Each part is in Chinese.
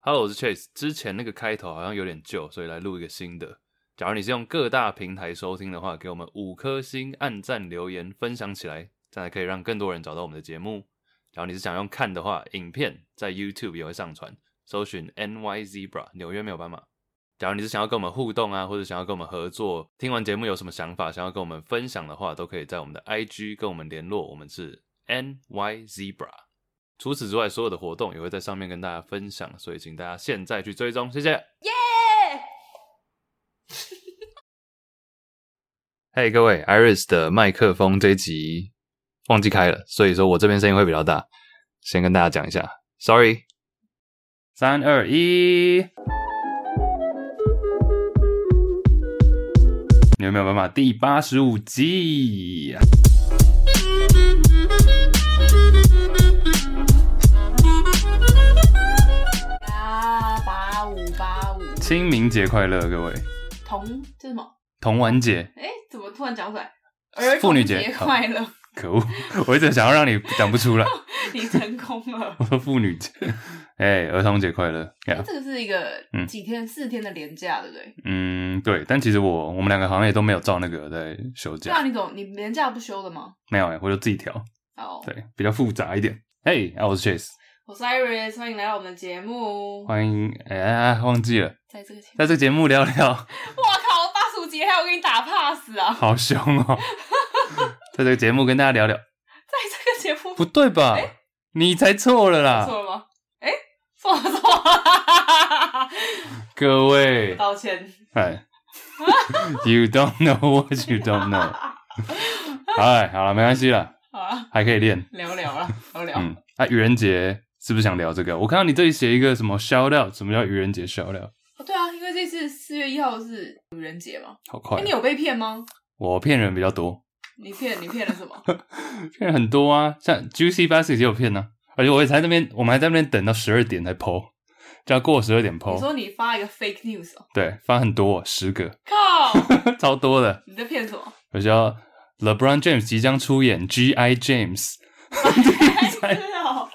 Hello，我是 Chase。之前那个开头好像有点旧，所以来录一个新的。假如你是用各大平台收听的话，给我们五颗星、按赞、留言、分享起来，这样才可以让更多人找到我们的节目。假如你是想用看的话，影片在 YouTube 也会上传，搜寻 NY Zebra 纽约没有斑马。假如你是想要跟我们互动啊，或者想要跟我们合作，听完节目有什么想法，想要跟我们分享的话，都可以在我们的 IG 跟我们联络，我们是 NY Zebra。除此之外，所有的活动也会在上面跟大家分享，所以请大家现在去追踪，谢谢。嘿、各位，Iris 的麦克风这一集忘记开了，所以说我这边声音会比较大，先跟大家讲一下，Sorry。三二一，你有没有办法？第八十五集。八八五八五，清明节快乐，各位！童这是什么？童玩节，哎，怎么突然讲出来？儿哎妇童女节节快乐！可恶，我一直想要让你讲不出来。你成功 了。我说妇女节，哎、儿童节快乐呀这个是一个嗯几天、四天的连假，对不对？嗯，对，但其实我我们两个好像也都没有照那个在休对啊，假，你怎么你连假不休了吗？没有哎、我就自己调，哦，对，比较复杂一点。嘿、啊我是 Chase，我是 Iris，欢迎来到我们的节目。欢迎哎、啊忘记了，在这个前，在这个节目聊聊，哇靠，八十五集还要给你打 pass 啊！好凶哦， 在这个节目跟大家聊聊，在这个节目不对吧？你才错了啦，哎错了吗？哎，错了错了， 各位，道歉。 哎，You don't know what you don't know，哎，好了，没关系啦，好啊，还可以练。聊聊啦，聊聊。嗯，那、愚人节是不是想聊这个？我看到你这里写一个什么 shout out，什么叫愚人节 shout out？哦对啊，因为这次四月一号是愚人节嘛。好哎、快，啊你有被骗吗？我骗人比较多，你骗你骗了什么？骗人很多啊，像 Juicy Basket 也有骗呢、啊，而且我也在那边，我们还在那边等到十二点才 PO，就要过十二点你 PO，说你发一个 fake news 哦？对，发很多、十个， 靠！超多的，你在骗什么？我叫 LeBron James 即将出演 G.I. James，真的 哦？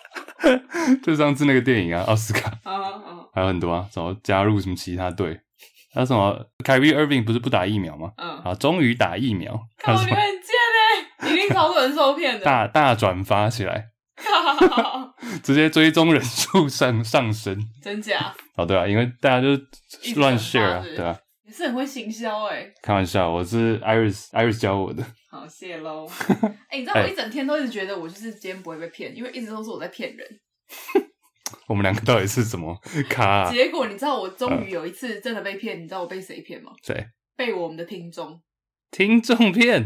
就上次那个电影啊，奥斯卡啊啊还有很多啊，什么加入什么其他队，还有什么 Kyrie Irving 不是不打疫苗吗？嗯！啊，终于打疫苗，还靠，有你什们么很贱 哎、一定超多人受骗的。大大转发起来，靠！直接追踪人数上上升。 真假？哦，对啊，因为大家就一直乱转发 share 啊是不，是对啊，你是很会行销哎、开玩笑，我是 Iris Iris 教我的， 好，谢喽。哎、你知道我一整天都一直觉得我就是今天不会被骗，因为一直都是我在骗人。我们两个到底是什么咖、啊？结果你知道我终于有一次真的被骗，你知道我被谁骗吗？谁？被我们的听众。听众片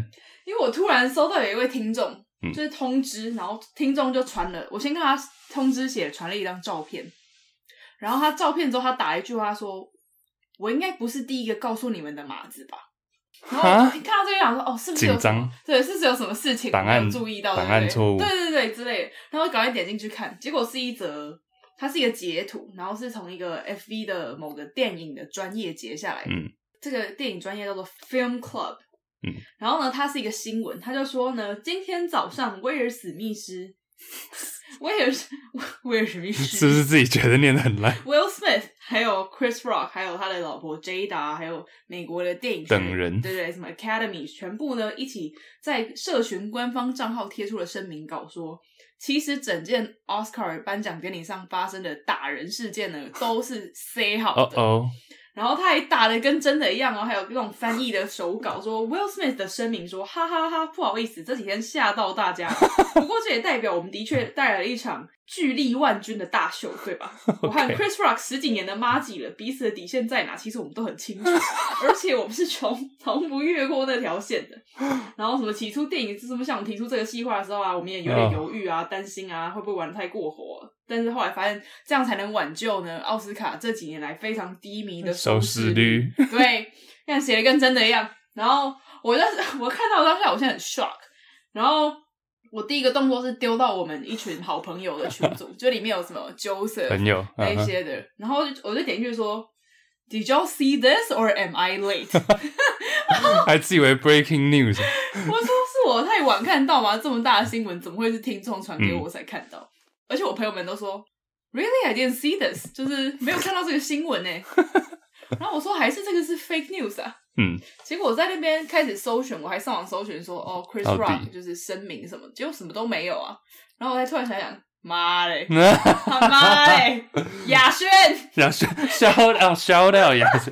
因为我突然收到有一位听众，嗯就是通知，然后听众就传了，我先看他通知写传了一张照片，然后他照片之后他打了一句话说：“我应该不是第一个告诉你们的码子吧？”然后我啊看到这个想说：“哦，是不是有紧张，对，是不是有什么事情档案没有注意到？档案对不对错误对对对之类的。”然后赶快点进去看，结果是一则。它是一个截图，然后是从一个 FV 的某个电影的专业截下来的，嗯这个电影专业叫做 Film Club，嗯，然后呢，它是一个新闻，他就说呢，今天早上威尔史密斯，威尔史 威尔史密是不斯是自己觉得念的很烂？ ，Will Smith，还有 Chris Rock，还有他的老婆 Jada，还有美国的电影学等人对对，什么 Academy，全部呢一起在社群官方账号贴出了声明稿说。其实整件 Oscar 颁奖典礼上发生的打人事件呢，都是 say 好哦的。哦，然后他还打的跟真的一样哦，还有那种翻译的手稿说 Will Smith 的声明说，哈哈哈不好意思，这几天吓到大家。不过这也代表我们的确带来了一场巨力万钧的大秀，对吧？我和 Chris Rock 十几年的妈几了，彼此的底线在哪，其实我们都很清楚，而且我们是从从不越过那条线的。然后什么起初电影是这么想提出这个计划的时候啊，我们也有点犹豫啊、担心啊，会不会玩的太过火、啊但是后来发现这样才能挽救呢奥斯卡这几年来非常低迷的收视视率， 对，像写的跟真的一样。然后我当时我看到当下，我现在很 shock。然后我第一个动作是丢到我们一群好朋友的群组，就里面有什么 Joseph 朋友，那一嗯哼些的，然后我就点进去说，Did you see this or am I late？还自以为 breaking news， 我说是我太嗯晚看到吗？这么大的新闻怎么会是听众传给我才看到？而且我朋友们都说 Really, I didn't see this，就是没有看到这个新闻呢、欸 然后我说还是这个是 fake news 啊。嗯，结果我在那边开始搜寻，我还上网搜寻说哦，Chris 到底 Rock 就是声明什么，结果什么都没有啊。然后我才突然想想，妈嘞， 然他 妈嘞，雅轩，后 shout out shout out 雅轩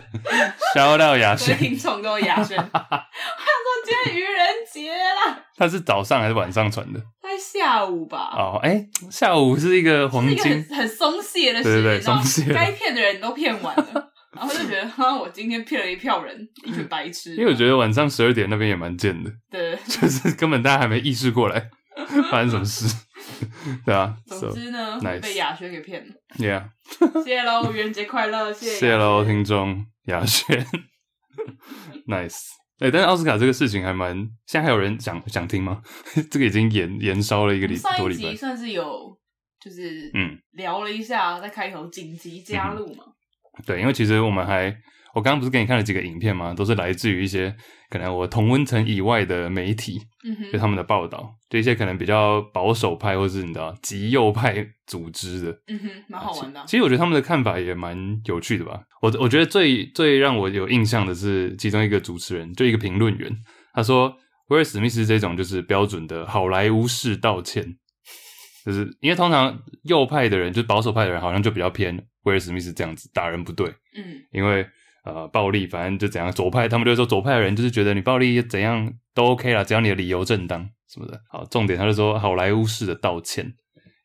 ，shout out 雅各轩，位听众都有雅轩。我想说今天愚人节啦，他是早上还是晚上传的？在下午吧。哦，哎、下午是一个黄是一个很金，很松懈的时对对对间，然后松懈该骗的人都骗完了，然后就觉得 哈，我今天骗了一票人，一群白痴。因为我觉得晚上十二点那边也蛮贱的，对，就是根本大家还没意识过来发生什么事，对啊总，so 之呢 nice 被雅轩给骗了。 yeah，谢 喽，愚人节快乐，谢谢谢喽，听众雅轩，nice。哎、但是奥斯卡这个事情还蛮，现在还有人想想听吗？ 这个已经延延烧了一个礼上多一礼集拜，算是有就是嗯，聊了一下，在开头紧急加入嘛，对，因为其实我们还，我刚刚不是给你看了几个影片吗？都是来自于一些可能我同温层以外的媒体，嗯就哼，他们的报道，就一些可能比较保守派或是你知道极右派组织的，嗯哼，蛮好玩的啊其。其实我觉得他们的看法也蛮有趣的吧。我我觉得最最让我有印象的是其中一个主持人，就一个评论员，他说威尔史密斯这种就是标准的好莱坞式道歉，就是因为通常右派的人，就是保守派的人，好像就比较偏威尔史密斯这样子打人不对，嗯因为呃暴力，反正就怎样，左派他们就会说左派的人就是觉得你暴力怎样都 OK 啦，只要你的理由正当什么的。好，重点他就说好莱坞式的道歉，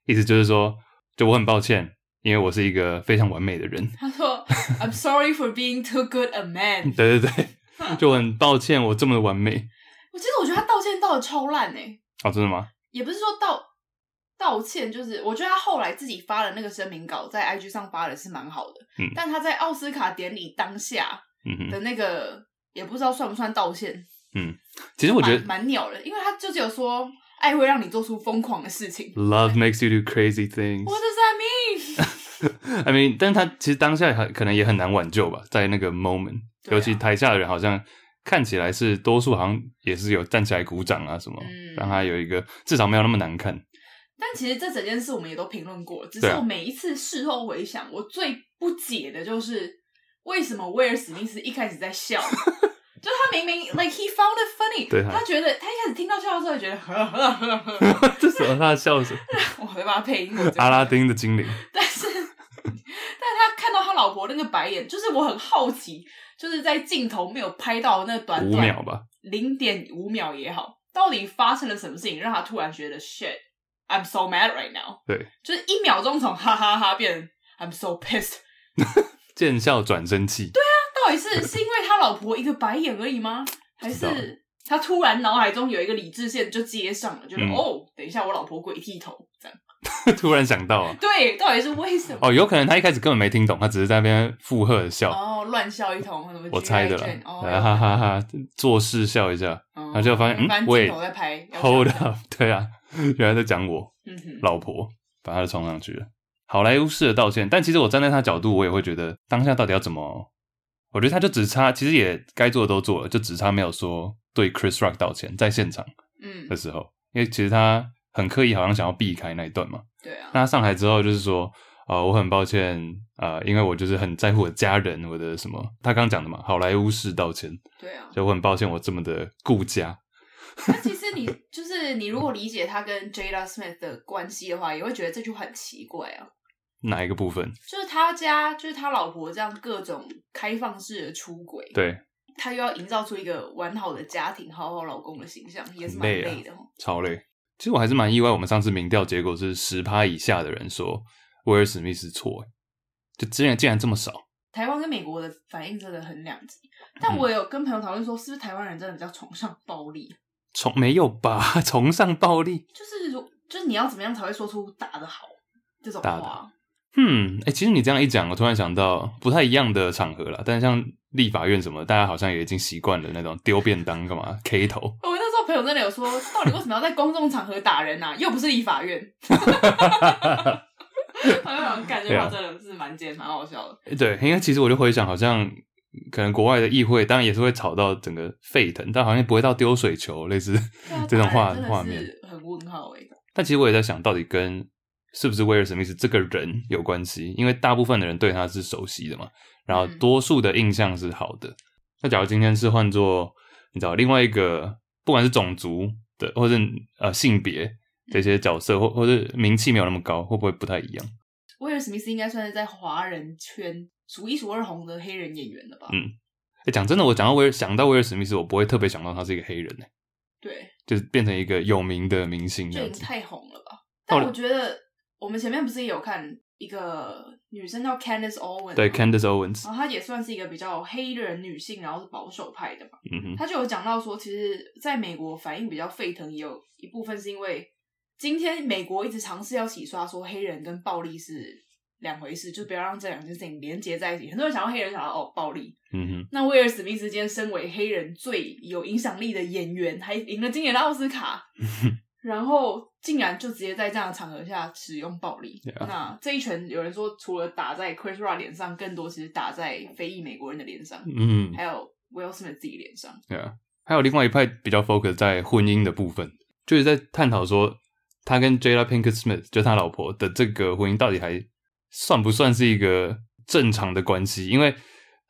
意思就是说，就我很抱歉，因为我是一个非常完美的人。 他说：“I'm sorry for being too good a man。对对对，就我很抱歉，我这么的完美。”我其实我觉得他道歉道的超烂哎、哦，真的吗？也不是说道道歉，就是我觉得他后来自己发的那个声明稿，在 IG 上发的是蛮好的，嗯但他在奥斯卡典礼当下嗯哼，的那个，也不知道算不算道歉，其实我觉蛮得蛮鸟的，因为他就只有说爱会让你做出疯狂的事情。 love makes you do crazy things。 What does that mean？ I mean，但是他其实当下很可能也很难挽救吧，在那个 moment，、对啊尤其台下的人好像看起来是多数，好像也是有站起来鼓掌啊什么，嗯让他有一个至少没有那么难看。 但其实这整件事我们也都评论过，只是对啊我每一次事后回想，我最不解的就是为什么威尔史密斯一开始在 笑。就他明明 like he found it funny，对啊他觉得他一开始听到笑的时候，觉得呵呵呵呵， 这时候他的笑声，我会把它配音。我觉得阿拉，丁的 精灵，但是，但他看到他老婆那个白眼，就是我很好奇，就是在镜头没有拍到的那短五短秒吧，零点五秒也好，到底发生了什么事情让他突然觉得 shit I'm so mad right now？对，就是一秒钟从哈哈哈变成 I'm so pissed，见笑转生气。 对，到底是是因为他老婆一个白眼而已吗？还不知是他突然脑海中有一个理智线就接上了，觉得、嗯哦，等一下我老婆鬼剃头这样？突然想到啊，对，到底是为什么？哦，有可能他一开始根本没听懂，他只是在那边附和的笑，哦，乱笑一通，什么我猜的啦 GI Jane，，哦，哈哈哈，做事笑一下，然然后就发现嗯镜喂头在拍要，hold 笑 up，对啊，原来在讲我。嗯哼，老婆把他的冲上去了。好莱坞式的道歉，但其实我站在他角度，我也会觉得当下到底要怎么？我觉得他就只差，其实也该做的都做了，就只差没有说对 Chris Rock 道歉，在现场嗯 的，时候，因为其实他很刻意，好像想要避开那一段嘛。对啊，那他上台之后就是说，呃，我很抱歉，呃，因为我就是很在乎我的家人，我的什么，他刚讲的嘛，好莱坞式道歉，对啊。就我很抱歉我这么的顾家，那其实你就是你，如果理解他跟 Jada Smith 的关系的话，也会觉得这句话很奇怪啊。哪一个部分？就是他家，就是他老婆这样各种开放式的出轨，对，他又要营造出一个完好的家庭、好好老公的形象，也是蛮累啊累的哦。超累。其实我还是蛮意外，我们上次民调结果是十趴以下的人说威尔史密斯错，欸就竟然竟然这么少。台湾跟美国的反应真的很两极，嗯但我有跟朋友讨论说，是不是台湾人真的比较崇尚暴力？崇没有吧？ 崇尚暴力？就是如就是你要怎么样才会说出打得好这种打得话？嗯，哎、其实你这样一讲，我突然想到不太一样的场合啦。但是像立法院什么，大家好像也已经习惯了那种丢便当干嘛 K 头，我那时候朋友真的有说，到底为什么要在公众场合打人啊？又不是立法院。好像感觉对啊他真的是蛮尖，蛮好笑的。欸对，因为其实我就回想，好像可能国外的议会当然也是会吵到整个沸腾，但好像不会到丢水球类似对啊嗯这种打画人真的画面。是很问号哎、但其实我也在想，到底跟是不是威尔史密斯这个人有关系，因为大部分的人对他是熟悉的嘛，然后嗯多数的印象是好的。那假如今天是换做你知道另外一个，不管是种族的或是呃性别这些角色，或或是名气没有那么高，会不会不太一样？威尔史密斯应该算是在华人圈数一数二红的黑人演员了吧？嗯诶讲真的，我讲到威尔想到威尔史密斯，我不会特别想到他是一个黑人、欸，对，就是变成一个有名的明星这就已样经子。太红了吧？到但底我觉得我们前面不是也有看一个女生叫 Candice Owen，吗对，Candace Owens，然后她也算是一个比较黑人女性，然后是保守派的嘛。嗯哼，她就有讲到说，其实在美国反应比较沸腾，也有一部分是因为今天美国一直尝试要洗刷说黑人跟暴力是两回事，就不要让这两件事情连接在一起。很多人想到黑人，想到哦暴力，嗯哼。那威尔史密斯今天身为黑人最有影响力的演员，还赢了今年的奥斯卡，然后竟然就直接在这样的场合下使用暴力。 Yeah. 那这一拳，有人说除了打在 Chris Rock 脸上，更多其实打在非裔美国人的脸上，嗯，还有 Will Smith 自己脸上。对啊，还有另外一派比较 focus 在婚姻的部分，就是在探讨说他跟 Jada Pinkett Smith 就他老婆的这个婚姻到底还算不算是一个正常的关系？因为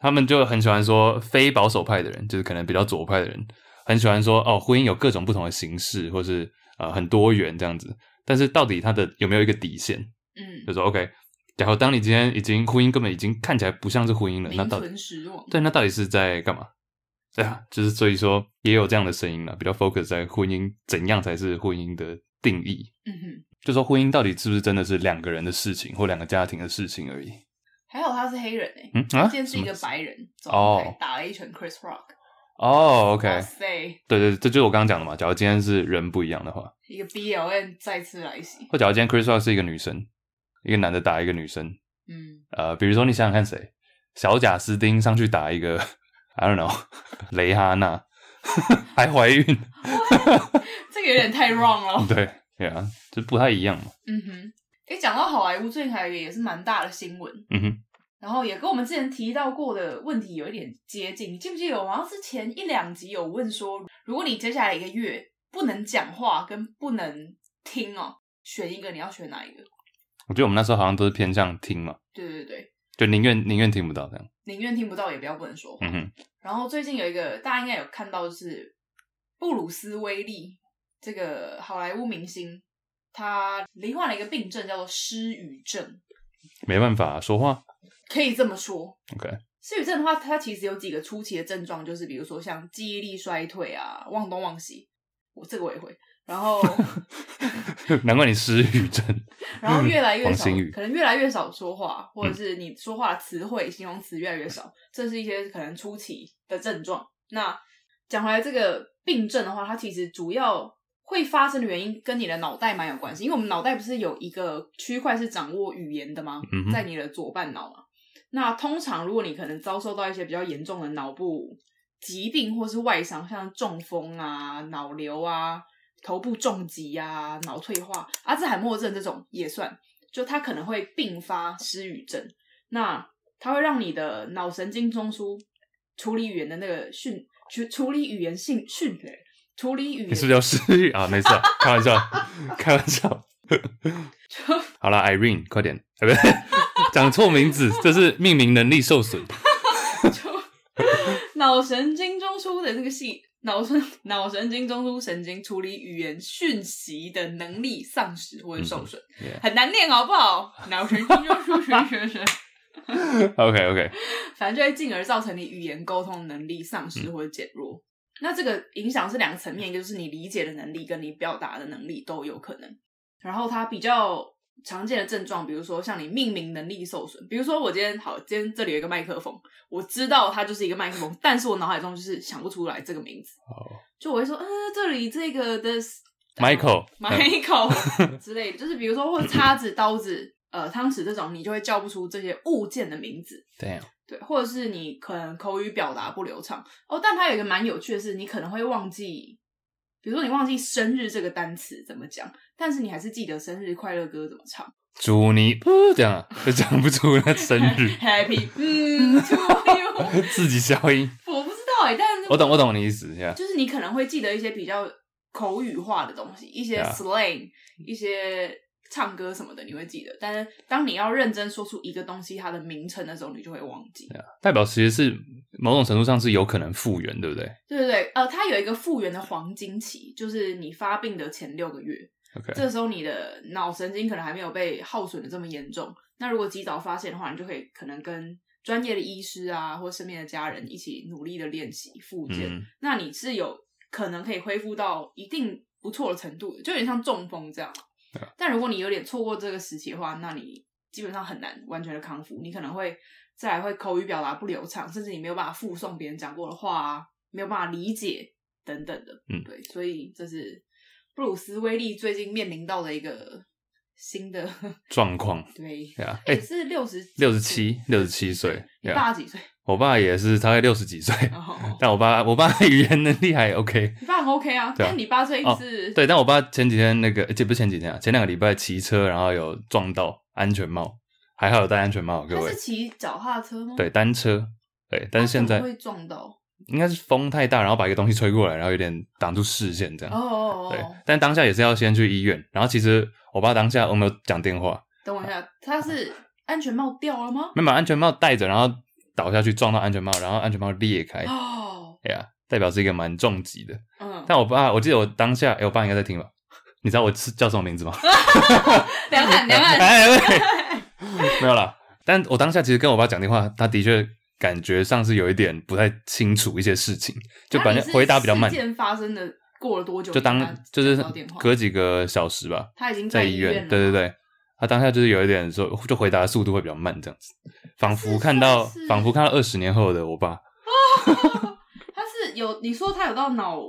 他们就很喜欢说非保守派的人，就是可能比较左派的人，很喜欢说哦，婚姻有各种不同的形式，或是呃很多元这样子。但是到底它的有没有一个底线？嗯，就说 OK，然后当你今天已经婚姻根本已经看起来不像是婚姻了，那名到底存实亡。对，那到底是在干嘛？对啊，就是所以说也有这样的声音了，比较 focus 在婚姻怎样才是婚姻的定义，嗯哼，就说婚姻到底是不是真的是两个人的事情或两个家庭的事情而已。还好他是黑人欸诶、嗯啊，今天是一个什么白人，走哦开打了一拳 Chris Rock。哦，OK，哇塞，对对，对这就是我刚刚讲的嘛。假如今天是人不一样的话，一个 BLN 再次来袭。或假如今天 Chris Rock 是一个女生，一个男的打一个女生，嗯，呃，比如说你想想看谁，小贾斯汀上去打一个 I don't know 雷哈娜， 还怀孕，这个有点太 wrong 了。对，对啊，就不太一样嘛。嗯哼，诶，讲到好莱坞，最近还有一个也是蛮大的新闻，嗯哼。然后也跟我们之前提到过的问题有一点接近。你记不记得我好像是前一两集有问说，如果你接下来一个月不能讲话跟不能听哦，选一个，你要选哪一个？我觉得我们那时候好像都是偏向听嘛，对对对，就宁愿宁愿听不到这样。宁愿听不到也不要不能说话。嗯哼，然后最近有一个大家应该有看到，就是布鲁斯威利这个好莱坞明星，他罹患了一个病症，叫做失语症，没办法、啊说话。 可以这么说。 OK，失语症的话，它其实有几个初期的症状，就是比如说像记忆力衰退啊、忘东忘西，我这个我也会。然后，难怪你失语症。然后越来越王少心宇，嗯可能越来越少说话，或者是你说话的词汇、形容词越来越少，这是一些可能初期的症状。那讲回来，这个病症的话，它其实主要会发生的原因跟你的脑袋蛮有关系，因为我们脑袋不是有一个区块是掌握语言的吗？嗯哼在你的左半脑嘛。那通常如果你可能遭受到一些比较严重的脑部疾病或是外伤，像中风啊、脑瘤啊、头部重击啊、脑退化、阿兹海默症这种也算，就它可能会并发失语症。那它会让你的脑神经中枢处理语言的那个训处处理语言性训处理语言你是不是要失语啊？没事、啊，开玩笑，开玩笑。好啦 i r e n e 快点，哎，不对，讲错名字，这是命名能力受损。脑神经中枢的这个系脑神脑神经中枢神经处理语言讯息的能力丧失或者受损，嗯 Yeah 很难念好不好？脑神经中 枢神经神 OK OK，反正就会进而造成你语言沟通能力丧嗯失或者减弱。那这个影响是两个层面，一个就是你理解的能力跟你表达的能力都有可能。然后它比较常见的症状，比如说像你命名能力受损，比如说我今天好，今天这里有一个麦克风，我知道它就是一个麦克风，但是我脑海中就是想不出来这个名字，哦就我会说，呃，这里这个的 Michael，嗯 Michael 之类的，就是比如说或者叉子、刀子、呃汤匙这种，你就会叫不出这些物件的名字。 ，Damn，对，或者是你可能口语表达不流畅哦。但它有一个蛮有趣的是，你可能会忘记，比如说你忘记生日这个单词怎么讲，但是你还是记得生日快乐歌怎么唱。，祝你不这样啊，就讲不出那生日 Happy，嗯，to you， 自己消音。我不知道哎、但是我懂，我懂你意思，呀、就是你可能会记得一些比较口语化的东西，一些对啊 slang，、一些唱歌什么的你会记得，但是当你要认真说出一个东西它的名称的时候，你就会忘记。代表其实是某种程度上是有可能复原，对不对对对对，呃，它有一个复原的黄金期，就是你发病的前六个月， ？OK，这时候你的脑神经可能还没有被耗损的这么严重。那如果及早发现的话，你就可以可能跟专业的医师啊，或身边的家人一起努力的练习复健。嗯，那你是有可能可以恢复到一定不错的程度的，就有点像中风这样。啊啊但如果你有点错过这个时期的话，那你基本上很难完全的康复，你可能会再来会口语表达不流畅，甚至你没有办法附送别人讲过的话啊，没有办法理解等等的。嗯对，所以这是布鲁斯威利最近面临到的一个新的 状况，对，对啊，也、哎、是六十六十七，六十七岁，你 yeah 爸几岁？我爸也是大概六十几岁，哦，但我爸我爸语言能力还 OK，你爸很 OK 啊，对啊但你爸最近哦是、对，但我爸前几天那个，这不是前几天啊，前两个礼拜骑车，然后有撞到安全帽，还好有戴安全帽，啊各他位是，骑脚踏车吗？对，单车，对，但是现他在怎么会撞到。应该是风太大，然后把一个东西吹过来，然后有点挡住视线这哦样，哦哦啊对哦，，但当下也是要先去医院，然后其实我爸当下我们有讲电话，等我一下，他是安全帽掉了吗？没有把安全帽戴着，然后倒下去撞到安全帽，然后安全帽裂开，哦，哎呀，代表是一个蛮重疾的。嗯，但我爸，我记得我当下，哎、我爸应该在听吧？你知道我是叫什么名字吗？两 岸两哎岸，哎喂没有啦。但我当下其实跟我爸讲电话，他的确感觉上是有一点不太清楚一些事情，就那感你觉是回答比较慢事。件发生的过了多久？就你当跟他就是讲到电话隔几个小时吧，他已经在医医院了，对对，对，他当下就是有一点说，就回答的速度会比较慢，这样子，仿佛看到是是仿佛看到二十年后的我爸，他是有你说他有到脑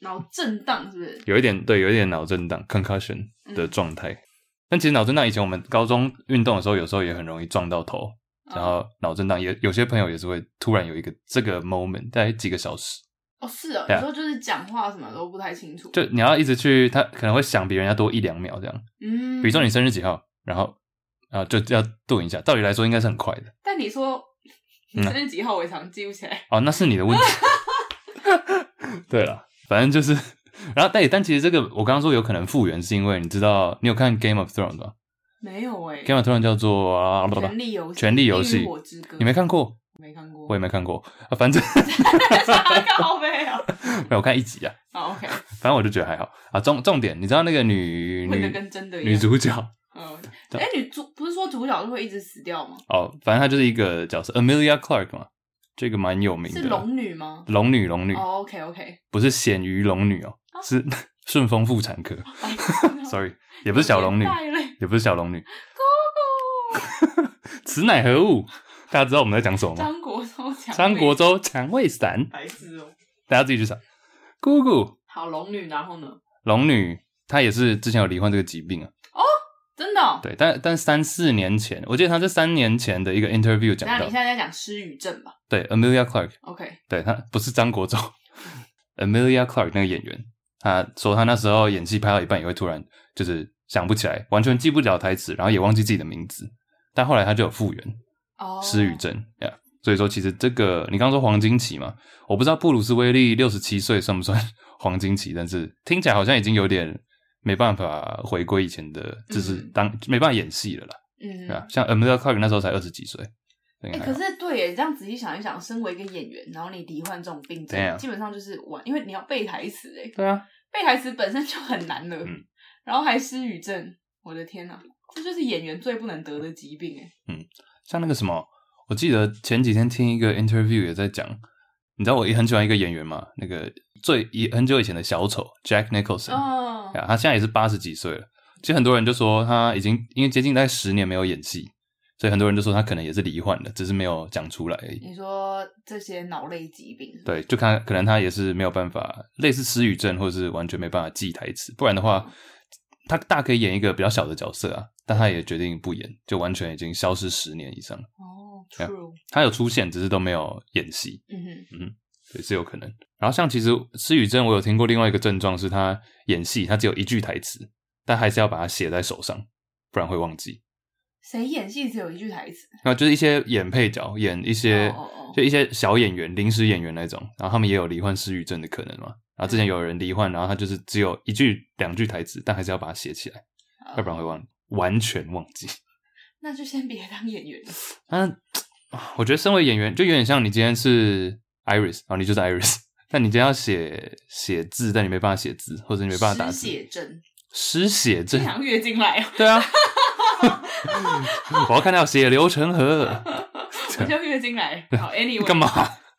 脑震荡是不是？有一点对，有一点脑震荡 （concussion） 的状态。但其实脑震荡以前我们高中运动的时候，有时候也很容易撞到头，然后脑震荡也有些朋友也是会突然有一个这个 moment，大概几个小时，哦是哦，对啊你说就是讲话什么都不太清楚，就你要一直去，他可能会想比人家多一两秒这样。嗯，比如说你生日几号，然后啊就要顿一下，道理来说应该是很快的。但你说 你嗯生日几号，我也常记不起来，哦，那是你的问题。 对了，反正就是，然后但但其实这个我刚刚说有可能复原，是因为你知道你有看 Game of Thrones 吧没有哎， ？Game of Thrones 叫做啊，不不不权力游戏，权力游戏冰与火之歌，你没看过？没看过，我也没看过啊，反正 靠背啊，没有我看一集啊，好 OK，反正我就觉得还好啊。重重点，你知道那个女混的女跟真的一样，女主角嗯，对哎、女主不是说主角就会一直死掉吗？哦，反正她就是一个角色，Amelia Clark 嘛，这个蛮有名的是龙女吗？龙女龙女，哦，OK，OK、o k 不是显鱼龙女哦，啊哦是 顺丰妇产科哎 OK，，sorry，也不是小龙女，带泪也不是小龙女， 此乃何物？大家知道我们在讲什么吗？张国忠讲张国周蔷薇散，白痴哦、大家自己去查。姑姑好，龙女，然后呢？龙女，她也是之前有罹患这个疾病啊。真的、哦？对，但但三四年前，我记得他是三年前的一个 interview 讲那你到现，在在讲失语症吧对 Amelia Clark， ？OK，对他不是张国忠 ，Amelia Clark 那个演员，他说他那时候演戏拍到一半也会突然就是想不起来，完全记不了台词，然后也忘记自己的名字，但后来他就有复原哦、失语症呀。Yeah，所以说，其实这个你刚刚说黄金期嘛，我不知道布鲁斯威利六十七岁算 不算黄金期，但是听起来好像已经有点没办法回归以前的，就是嗯当、没办法演戏了啦。嗯对，啊，像 Amelia Clark 那时候才二十几岁，对哎、可是对耶，你这样仔细想一想，身为一个演员，然后你罹患这种病对啊症，基本上就是玩，因为你要背台词，哎，对啊，背台词本身就很难了，嗯然后还失语症，我的天哪、这就是演员最不能得的疾病，哎，像那个什么，我记得前几天听一个 interview 也在讲，你知道我也很喜欢一个演员嘛，那个最以很久以前的小丑 Jack Nicholson，、哦对啊，他现在也是八十几岁了。其实很多人就说他已经因为接近大概十年没有演戏，所以很多人就说他可能也是罹患了，只是没有讲出来而已。你说这些脑类疾病，对，就看可能他也是没有办法，类似失语症，或者是完全没办法记台词。不然的话，他大可以演一个比较小的角色啊，但他也决定不演，就完全已经消失十年以上了。哦对啊，true，他有出现，只是都没有演戏，嗯哼，也是有可能。然后像其实失语症，我有听过另外一个症状是他演戏，他只有一句台词，但还是要把它写在手上，不然会忘记。谁演戏只有一句台词？然后就是一些演配角，演一些哦哦哦就一些小演员、临时演员那种，然后他们也有罹患失语症的嗯可能嘛。然后之前有人罹患，然后他就是只有一句、两句台词，但还是要把它写起来，啊要不然会忘，完全忘记。那就先别当演员了。嗯，我觉得身为演员，就有点像你今天是 Iris，然后你哦就是 Iris，但你 今天要写写字，但你没办法写字，或者你没办法打失字，血症，失血症经，常月经来 啊，对啊， 我要看到血流成 河，我叫月经来 了。好，anyway，干嘛？？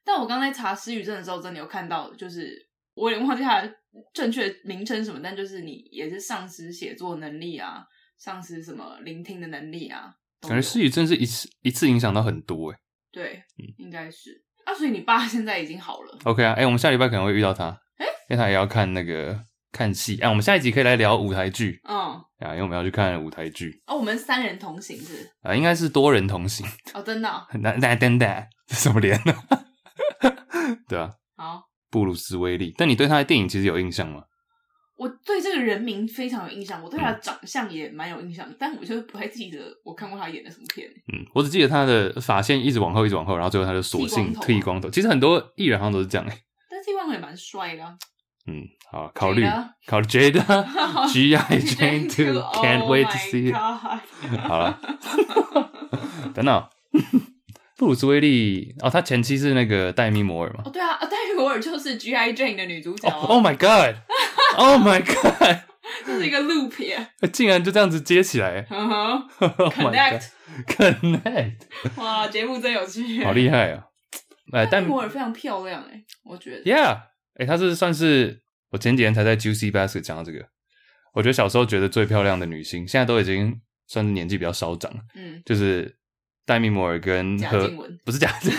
但我刚才查失语症的时候，真的有看到，就是我有点忘记它的正确名称什么，但就是你也是丧失写作能力啊，丧失什么聆听的能力啊，都感觉有失语症是一次一次影响到很多哎、对，应该是啊，所以你爸现在已经好了， OK 啊，哎、我们下礼拜可能会遇到他，诶因为他也要看那个看戏。哎、我们下一集可以来聊舞台剧嗯，啊，因为我们要去看舞台剧哦，我们三人同行是不是啊，应该是多人同行。哦，真的哦、那那等等，这什么脸呢、 对啊，好，布鲁斯威利。但你对他的电影其实有印象吗？我对这个人名非常有印象，我对他的长相也蛮有印象，但我就是不太记得我看过他演的什么片。嗯，我只记得他的发线一直往后，一直往后，然后最后他就索性剃光头啊剃光头。其实很多艺人好像都是这样哎、但是万光也蛮帅的、啊，嗯，好，考虑 Jada 考虑 Jada G I Jane Two Oh Can't Wait to my See It。 God 好了，等等，布鲁斯威利哦，他前妻是那个黛米摩尔嘛哦，对啊，啊黛玉摩尔就是 G I Jane 的女主角、哦啊？Oh my god！Oh my god！ 这是一个 loop 耶，竟然就这样子接起来 嗯哼 Oh my ，connect， god！Connect， 哇，节目真有趣。好厉害啊！哎，戴但米摩尔非常漂亮哎，我觉得 Yeah，哎、她是算是我前几天才在 Juicy Basket 讲到这个，我觉得小时候觉得最漂亮的女星，现在都已经算是年纪比较稍长了，嗯，就是戴米摩尔跟贾和静雯不是贾静，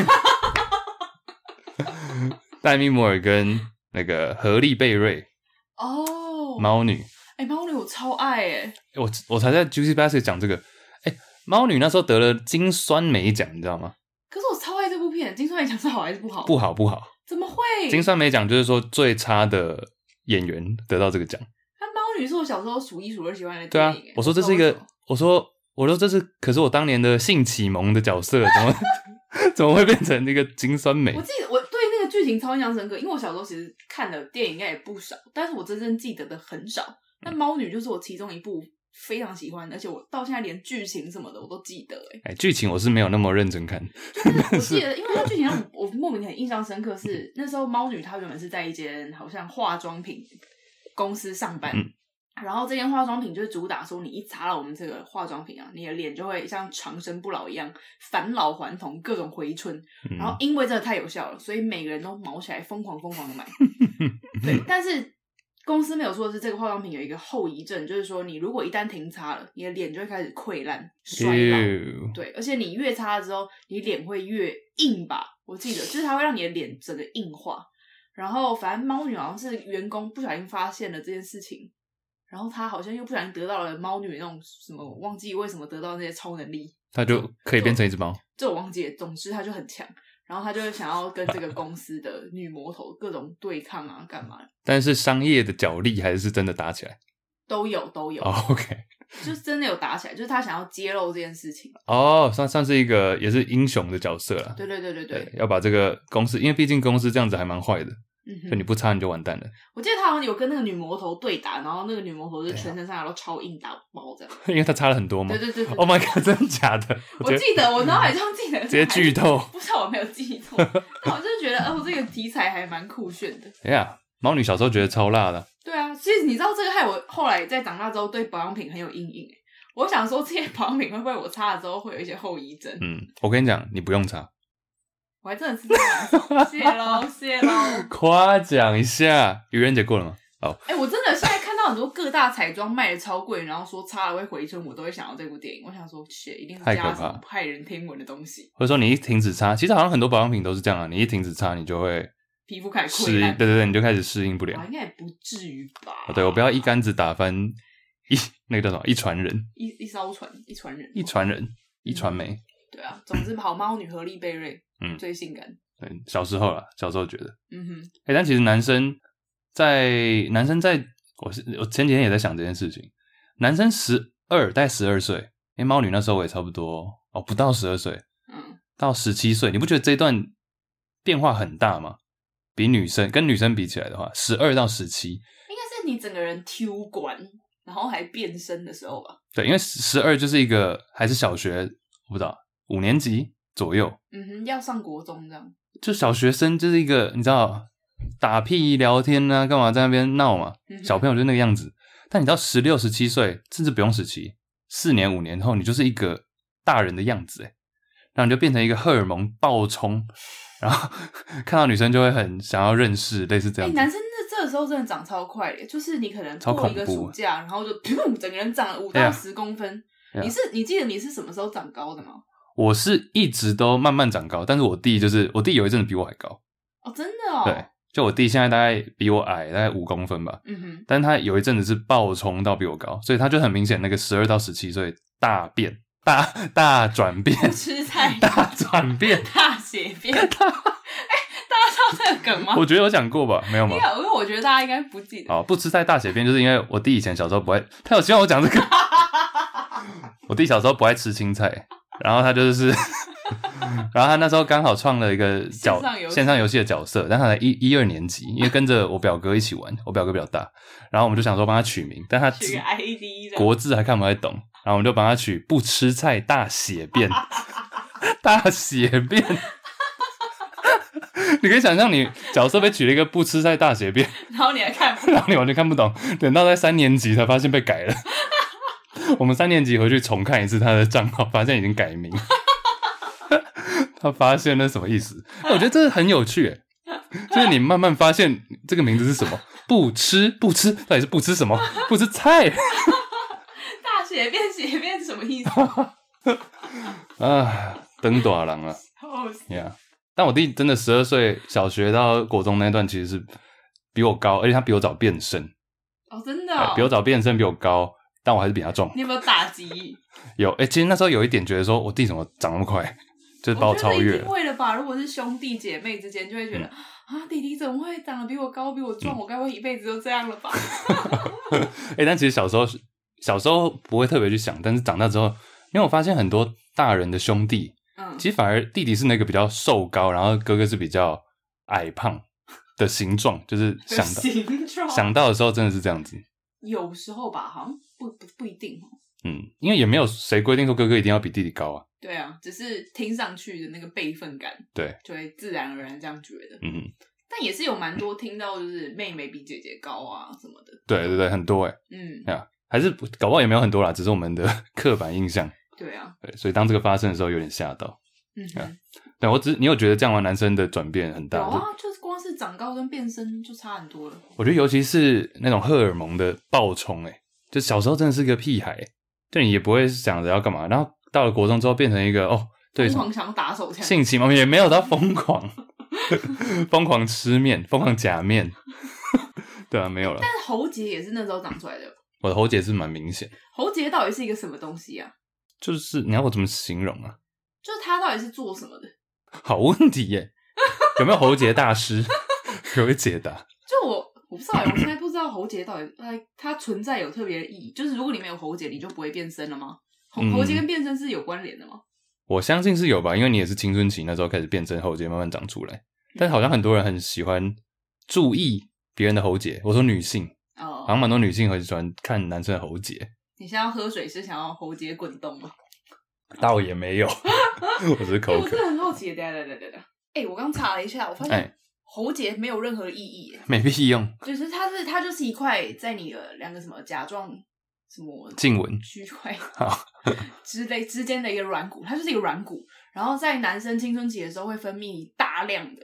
戴米摩尔跟那个何丽贝瑞哦，猫女，哎，猫女我超爱哎，我我才在 Juicy Basket 讲这个，哎、猫女那时候得了金酸梅奖，你知道吗？可是我超爱这部片，金酸梅奖是好还是不好？不，好不好，怎么会？金酸梅奖就是说最差的演员得到这个奖。它猫女是我小时候数一数二喜欢的对啊电影哎，我说这是一我不知个道为什么，我说我说这是，可是我当年的性启蒙的角色， 怎么怎么会变成那个金酸梅我？记得我对那个剧情超印象深刻，因为我小时候其实看的电影应该也不少，但是我真正记得的很少。但猫女就是我其中一部非常喜欢，而且我到现在连剧情什么的我都记得、欸。哎，剧情我是没有那么认真看，我记得，因为它剧情让我我莫名很印象深刻是，那时候猫女她原本是在一间好像化妆品公司上班。嗯然后这间化妆品就是主打说，你一擦了我们这个化妆品啊，你的脸就会像长生不老一样返老还童，各种回春。嗯然后因为真的太有效了，所以每个人都毛起来疯狂疯狂的买。对，但是公司没有说的是，这个化妆品有一个后遗症，就是说你如果一旦停擦了，你的脸就会开始溃烂、衰老。 Ew 对，而且你越擦了之后，你脸会越硬吧？我记得就是它会让你的脸整个硬化。然后反正猫女好像是员工不小心发现了这件事情，然后她好像又不小心得到了猫女那种什么，忘记为什么得到那些超能力。它就可以变成一只猫。这我忘记了。总之他就很强，然后他就会想要跟这个公司的女魔头各种对抗啊，干嘛但是商业的角力还是真的打起来。都有都有，哦、o k 就是真的有打起来，就是他想要揭露这件事情。啊哦、算算是一个也是英雄的角色了。对对对对对，要把这个公司，因为毕竟公司这样子还蛮坏的，嗯就你哼，不插你就完蛋了， 我记得他好像有跟那个女魔头对打，然后那个女魔头啊就全身上下都超硬打包这样。因为他插了很多嘛对。对对 对 Oh my god，真的假的？我觉得记得我脑海中记得直接剧，透。不知道我没有记错，但我就是觉得哦，这个题材还蛮酷炫的。哎呀，猫女小时候觉得超辣的，对啊，其实你知道这个害我后来在长大之后对保养品很有阴影欸。我想说这些保养品会不会我擦了之后会有一些后遗症？嗯，我跟你讲，你不用擦，我还真的是这样，谢喽谢喽。夸奖一下。愚人节过了吗？哎、我真的现在看到很多各大彩妆卖的超贵，然后说擦了会回春，我都会想到这部电影。我想说，切，一定是太可加什怕么骇人听闻的东西，或者说你一停止擦，其实好像很多保养品都是这样啊，你一停止擦，你就会皮肤开始适溃应，烂。对对对，你就开始适应不了啊，。应该也不至于吧？哦，对我不要一竿子打翻一那个叫什么一船人，一一艘船，一船人，哦一船人，一船梅。对啊。总之，好猫女和丽贝瑞，嗯最性感。嗯，小时候啦，小时候觉得，嗯哼，哎、但其实男生在男生在我是我前几天也在想这件事情，男生十二带十二岁，因为猫女那时候我也差不多哦，不到十二岁，嗯，到十七岁，你不觉得这一段变化很大吗？比女生跟女生比起来的话，十二到十七，应该是你整个人 Q 管然后还变身的时候吧。对，因为十二就是一个还是小学，我不知道五年级左右，嗯哼，要上国中这样。就小学生就是一个你知道打屁聊天啊，干嘛在那边闹嘛，嗯哼小朋友就那个样子。但你到十六、十七岁，甚至不用十七，四年、五年后，你就是一个大人的样子，哎，然后你就变成一个荷尔蒙爆冲， 然后看到女生就会很想要认识，类似这哎、样子。男生这这个时候真的长超快的，就是你可能超过一个恐怖暑假，然后就噗，整个人长了五对啊到十公分。对啊你是你记得你是什么时候长高的吗？我是一直都慢慢长高，但是我弟就是我弟有一阵子比我还高，哦，真的哦。对，就我弟现在大概比我矮大概五公分吧，嗯哼，但他有一阵子是暴冲到比我高，所以他就很明显那个十二到十七岁大变大大转变吃菜 大转变，大血 便。哎、大家知道这个梗吗？我觉哦得有讲过吧？没有吗因？为因为我觉得大家应该不记得。好，不吃菜大血便，就是因为我弟以前小时候不爱，他有希望我讲这个。我弟小时候不爱吃青菜，然后他就是， 然后他那时候刚好创了一个角线上游戏线上游戏的角色，但他才一一二年级，因为跟着我表哥一起玩，我表哥比较大，然后我们就想说帮他取名，但他取只个 ID 的。国字还看不太懂，然后我们就帮他取“不吃菜大血便”， 大血便。 你可以想象，你角色被取了一个“不吃菜大血便 然后你还看不，”，然后你完全看不懂，等到在三年级才发现被改了。 我们三年级回去重看一次他的账号，发现已经改名。 他发现那是什么意思？哎我觉得这很有趣耶，就是你慢慢发现这个名字是什么。不吃不吃，到底是不吃什么？不吃菜。大血 便血便是什么 意思？啊，登短郎啊笑死呀！Yeah 但我弟真的十二岁，小学到国中那段其实是比我高，而且他比我早变身，哦，真的、哎哦比。我早变身，比我高，但我还是比他壮。你有没有打击？有，哎、其实那时候有一点觉得说，我弟怎么长那么快， 就是把我我觉超得一越嗯定了。会的吧。如果是兄弟姐妹之间，就会觉得、啊，弟弟怎么会长得比我高、比我嗯壮？我该会一辈子都这样 了吧？哎、但其实小时候是小时候不会特别去想，但是长大之后，因为我发现很多大人的兄弟，嗯，其实反而弟弟是那个比较瘦高，然后哥哥是比较矮胖的形状，就是想 到形状想到的时候真的是这样子。有时候吧，好像不不不一定哦。嗯，因为也没有谁规定说哥哥一定要比弟弟高啊。对啊，只是听上去的那个辈分感，对，就会自然而然这样觉得。嗯，但也是有蛮多听到，就是妹妹比姐姐高啊什么的。对对对，很多哎、嗯，还是搞不好也没有很多啦，只是我们的 刻板印象。对啊，对，所以当这个发生的时候，有点吓到。嗯啊哼，对我只你有觉得这样玩男生的转变很有大？啊，就是光是长高跟变身就差很多了。我觉得尤其是那种荷尔蒙的爆冲，哎，就小时候真的是个屁孩、欸，就你也不会想着要干嘛，然后到了国中之后变成一个哦，对疯，狂想要打手枪，性启蒙也没有到疯狂， 疯狂吃面，疯狂假面， 对啊，没有了。但是喉结也是那时候长出来的。我的喉结是蛮明显。喉结到底是一个什么东西啊？就是你要我怎么形容啊？ 就是它到底是做什么的？好问题耶，有没有喉结大师给我解答？就我我不知道欸，我现在不知道喉结到底它它存在有特别的意义。就是如果你没有喉结，你就不会变身了吗？喉嗯喉结跟变身是有关联的吗？我相信是有吧，因为你也是青春期那时候开始变真，喉结慢慢长出来。但好像很多人很喜欢注意别人的喉结，我说女性，哦、好像蛮多女性很喜欢看男生的喉结，你现在要喝水是想要喉结滚动吗？倒也没有， 我只是哎、口我渴真。的很好奇，等一下等一下等一下等一下。哎、我刚查了一下，我发哎现喉结没有任何意义欸，没必用，就是它是它就是一块在你的两个什么甲状什么静雯区块 好之类之间的一个软骨，它就是一个软骨。然后在男生青春期的时候会分泌大量的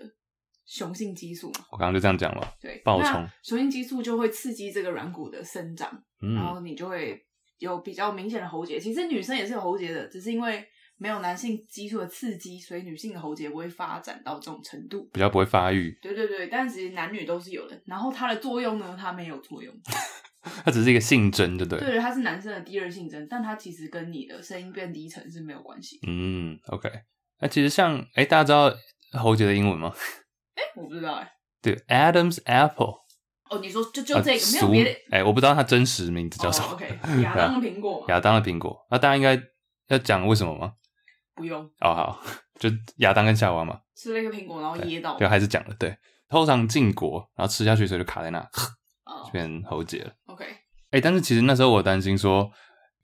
雄性激素嘛，我刚刚就这样讲了。对，爆那冲雄性激素就会刺激这个软骨的生长，然嗯，后你就会有比较明显的喉结。其实女生也是有喉结的，只是因为没有男性激素的刺激，所以女性的喉结不会发展到这种程度。比较不会发育，对对对，但其实男女都是有的。然后它的作用呢，它没有作用。它只是一个性征，对不对？对，它是男生的第二性征，但它其实跟你的声音变低沉是没有关系的。嗯，OK。那其实像，哎、大家知道喉结的英文吗？哎、我不知道哎、对，Adam's apple。哦，你说就就这个、没俗有别的哎、我不知道它真实名字叫什么。哦、？OK，亚当的苹果嘛啊亚当的苹果。那大家应该要讲为什么吗？不用哦，好， 就亚当跟夏娃嘛，吃了一个苹果，然后噎到就还是讲了。对，通常禁果，然后吃下去，所以就卡在那，啊、变喉结了。 OK，哎、哎、但是其实那时候我担心说，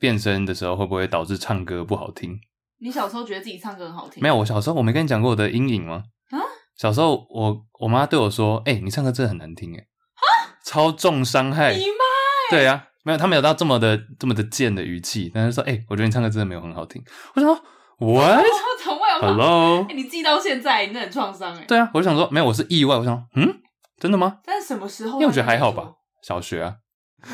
变声的时候会不会导致唱歌不好听？你小时候觉得自己唱歌很好听？没有，我小时候我没跟你讲过我的阴影吗？啊？小时候我我妈对我说：“哎、你唱歌真的很难听，哎，啊超重伤害。你”妈！ 对啊，没有，她没有到这么的这么的贱的语气，但是说：“哎、我觉得你唱歌真的没有很好听。”我想说我，What？怎么会有那种 Hello？哎你记到现在，你真的很创伤哎。对啊，我就想说，没有，我是意外。我想说，嗯，真的吗？但是什么时候？因为我觉得还好吧。，小学啊。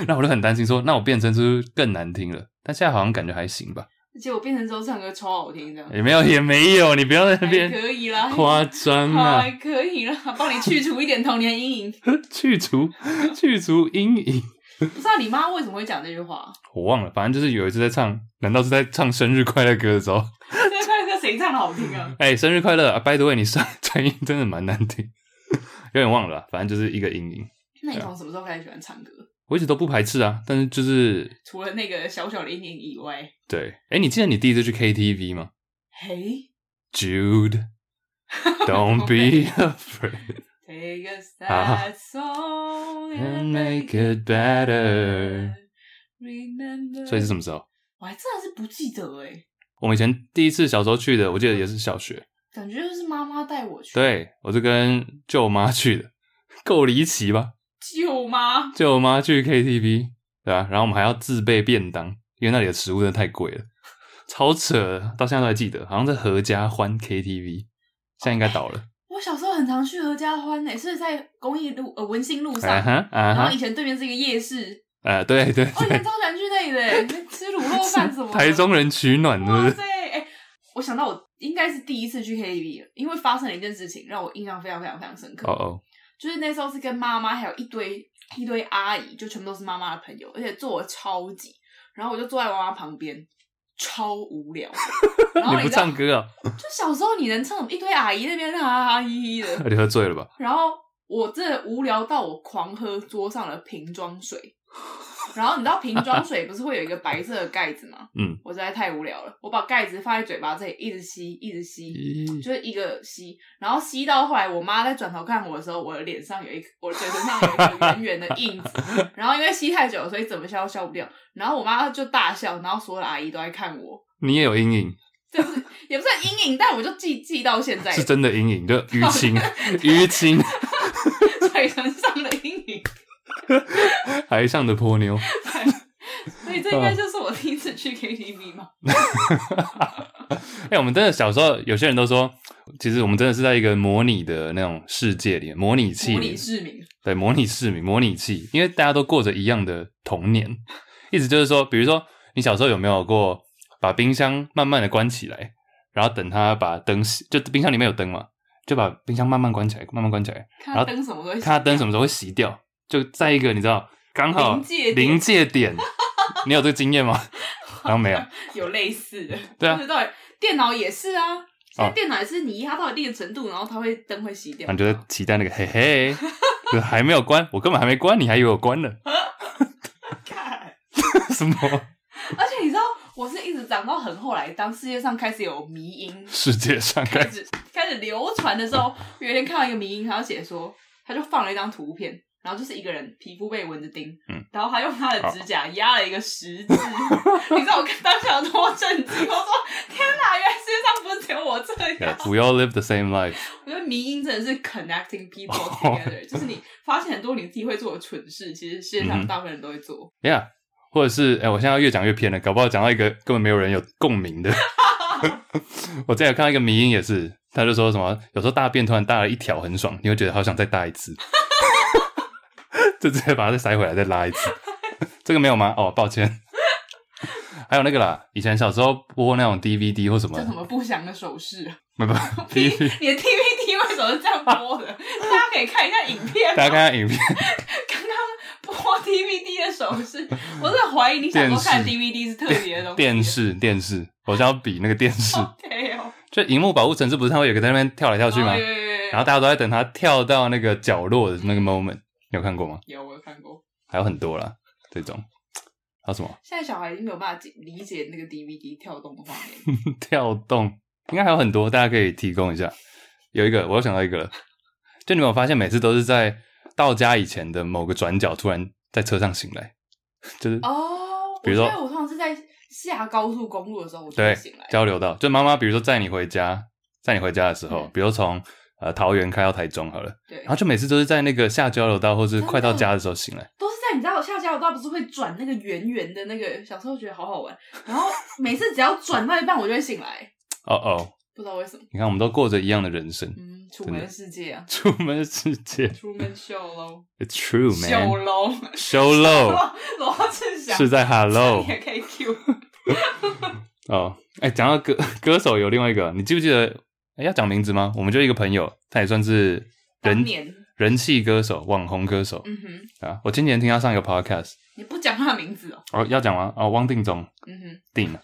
那我就很担心说，那我变声是不是更难听了？但现在好像感觉还行吧，结果变成之后唱歌超好听的，也没 有，也没有，你不要在那还哎边哎可以啦，夸张啊还，可以啦，帮你去除一点童年阴影。 去除去除阴影。不知道你妈为什么会讲这句话？ 我忘了，反正就是有一次在唱，难道是在唱生日快乐歌的时候？这个快歌谁唱的好听啊？ 哎、生日快乐、啊、！By the way，你上传音真的蛮难听，有点忘了啊，反正就是一个阴影。那你从什么时候开始喜欢唱歌？我一直都不排斥啊，但是就是除了那个小小的阴影以外，对。哎、你记得你第一次去 KTV 吗嘿 ？Jude。Don't be afraid ，Take a 啊 sad song and and make make it it better better。。 Remember，所以是什么时候？我还真的是不记得哎，我们以前第一次小时候去的，我记得也是小学。感觉就是妈妈带我去。，对，我是跟舅妈去的，够离奇吧？舅妈舅妈去 KTV，对吧、然后我们还要自备便当，因为那里的食物真的太贵了，超扯的，到现在都还记得，好像在合家欢 KTV，现在应该倒了。我小时候很常去合家欢诶，是在公益路呃文心路上，啊哈啊然后哈以，前对面是一个夜市，哦呃，对对我以前 对，超喜欢去那里的诶，欸吃卤肉饭什么的。 台中人取暖是不哇是塞，？哎、我想到我应该是第一次去 KTV 了，因为发生了一件事情让我印象非常非常非常深刻，哦哦，就是那时候是跟妈妈还有一堆一堆阿姨，就全部都是妈妈的朋友，而且坐的超级，然后我就坐在我妈妈旁边，超 无聊。然后你不知道唱，歌啊？就小时候你能唱什么？一堆阿姨那边哈哈哈嘻嘻的，你喝醉了吧？然后我真的无聊到我狂喝桌上的瓶装水，然后你知道瓶 装水不是会有一个白色的盖子吗？嗯，我实在太无聊了，我把盖子放在嘴巴这里一直吸，一直吸，咦就是一个吸，然后吸到后来，我妈在转头看我的时候，我的脸上有一个，我的嘴唇上有一个圆圆的 印子，然后因为吸太久了，所以怎么笑都笑不掉，然后我妈就大笑，然后所有的阿姨都在看我，你也有阴影，也不算阴影，但我就记记到现在，是真的阴影，就淤 青，淤青，嘴唇上的阴影。海上的波妞。所以这应该嗯就是我第一次去 KTV 嘛。哎、我们真的小时候，有些人都说，其实我们真的是在一个模拟的那种世界里，模拟器模里拟，市民，对，模拟市民，模拟器，因为大家都过着一样的童年，意思就是说，比如说你小时候有没有过把冰箱慢慢的关起来，然后等它把灯熄，就冰箱里面有灯嘛，就把冰箱慢慢关起来，慢慢关起来，看然他后灯什么东看西，它灯什么时候会熄掉，就在一个你知道刚好临界点临界 点，你有这个经验吗？然后没有， 有类似的。 对啊哦就是到底电脑也是啊，现在电脑也是你压到一定的程度，然后它会灯会熄掉。啊然后你就在期待那个嘿嘿，就是还没有关，我根本还没关，你还以为我关了 看什么而且你知道，我是一直长到很后来，当世界上开始有迷音世界上开开始开始流传的时候，有一天看到一个迷音，他就写说，他就放了一张图片。然后就是一个人皮肤被蚊子叮，嗯然后他用他的指甲压了一个十字， 你知道我当时有多震惊？我说天哪，原来世界上不是只有我这样。 Yeah, we all live the same life。我觉得迷音真的是 connecting people together，、就是你发现很多你自己会做的蠢事，其实世界嗯哼上大部分人都会做。 Yeah，或者是哎、我现在越讲越偏了，搞不好讲到一个根本没有人有共鸣的。 我之前有看到一个迷音也是，他就说什么有时候大便突然大了一条很爽，你会觉得好想再大一次， 就直接把它再塞回来再拉一次。 这个没有吗？哦，抱歉。还有那个啦，以前小时候播那种 DVD 或什么叫，什么不祥的手势啊？没不 你 DVD，的 TVT 为什么是这样播的？大家可以看一下影片。大家看看影片，刚刚播 DVD 的手势， 我真的怀疑你小时候看电 DVD 是特别的东西。电视电视，我想要比那个电视， OK 哦，就荧幕保护层是不是它会有一个在那边跳来跳去吗？哦有有有有然后大家都在等他跳到那个角落的那个 moment，你有看过吗？有我有看过。还有很多啦，这种还有什么 现在小孩已经没有办法理解那个 DVD 跳动的画面。 跳动，应该还有很多，大家可以提供一下。有一个，我又想到一个了，就你们有发现每次都是在到家以前的某个转角，突然在车上醒来， 就是哦，比如说我觉得我通常是在下高速公路的时候我就对会醒来。交流道，就妈妈比如说载你回家，载你回家的时候，嗯比如从呃桃园开到台中好了，对然后，就每次都是在那个下交流道或是真的哦快到家的时候醒来，都是在你知道下交流道不是会转那个圆圆的那个，小时候觉得好好玩，然后每次只要转到一半我就会醒来，哦哦，不知道为什么。你看我们都过着一样的人生，嗯，楚真的门世界啊，出门世界 出门秀喽， ，It's true 秀 man，喽， show low 罗志祥是在 hello 也可以 Q。哦，哎，讲到歌歌手有另外一个，你记不记得？哎要讲名字吗？我们就一个朋友，他也算是当人年，人气歌手、网红歌手嗯哼，啊。我今年听他上一个 podcast，你不讲他的名字哦，哦，要讲完哦，汪定中嗯哼，定了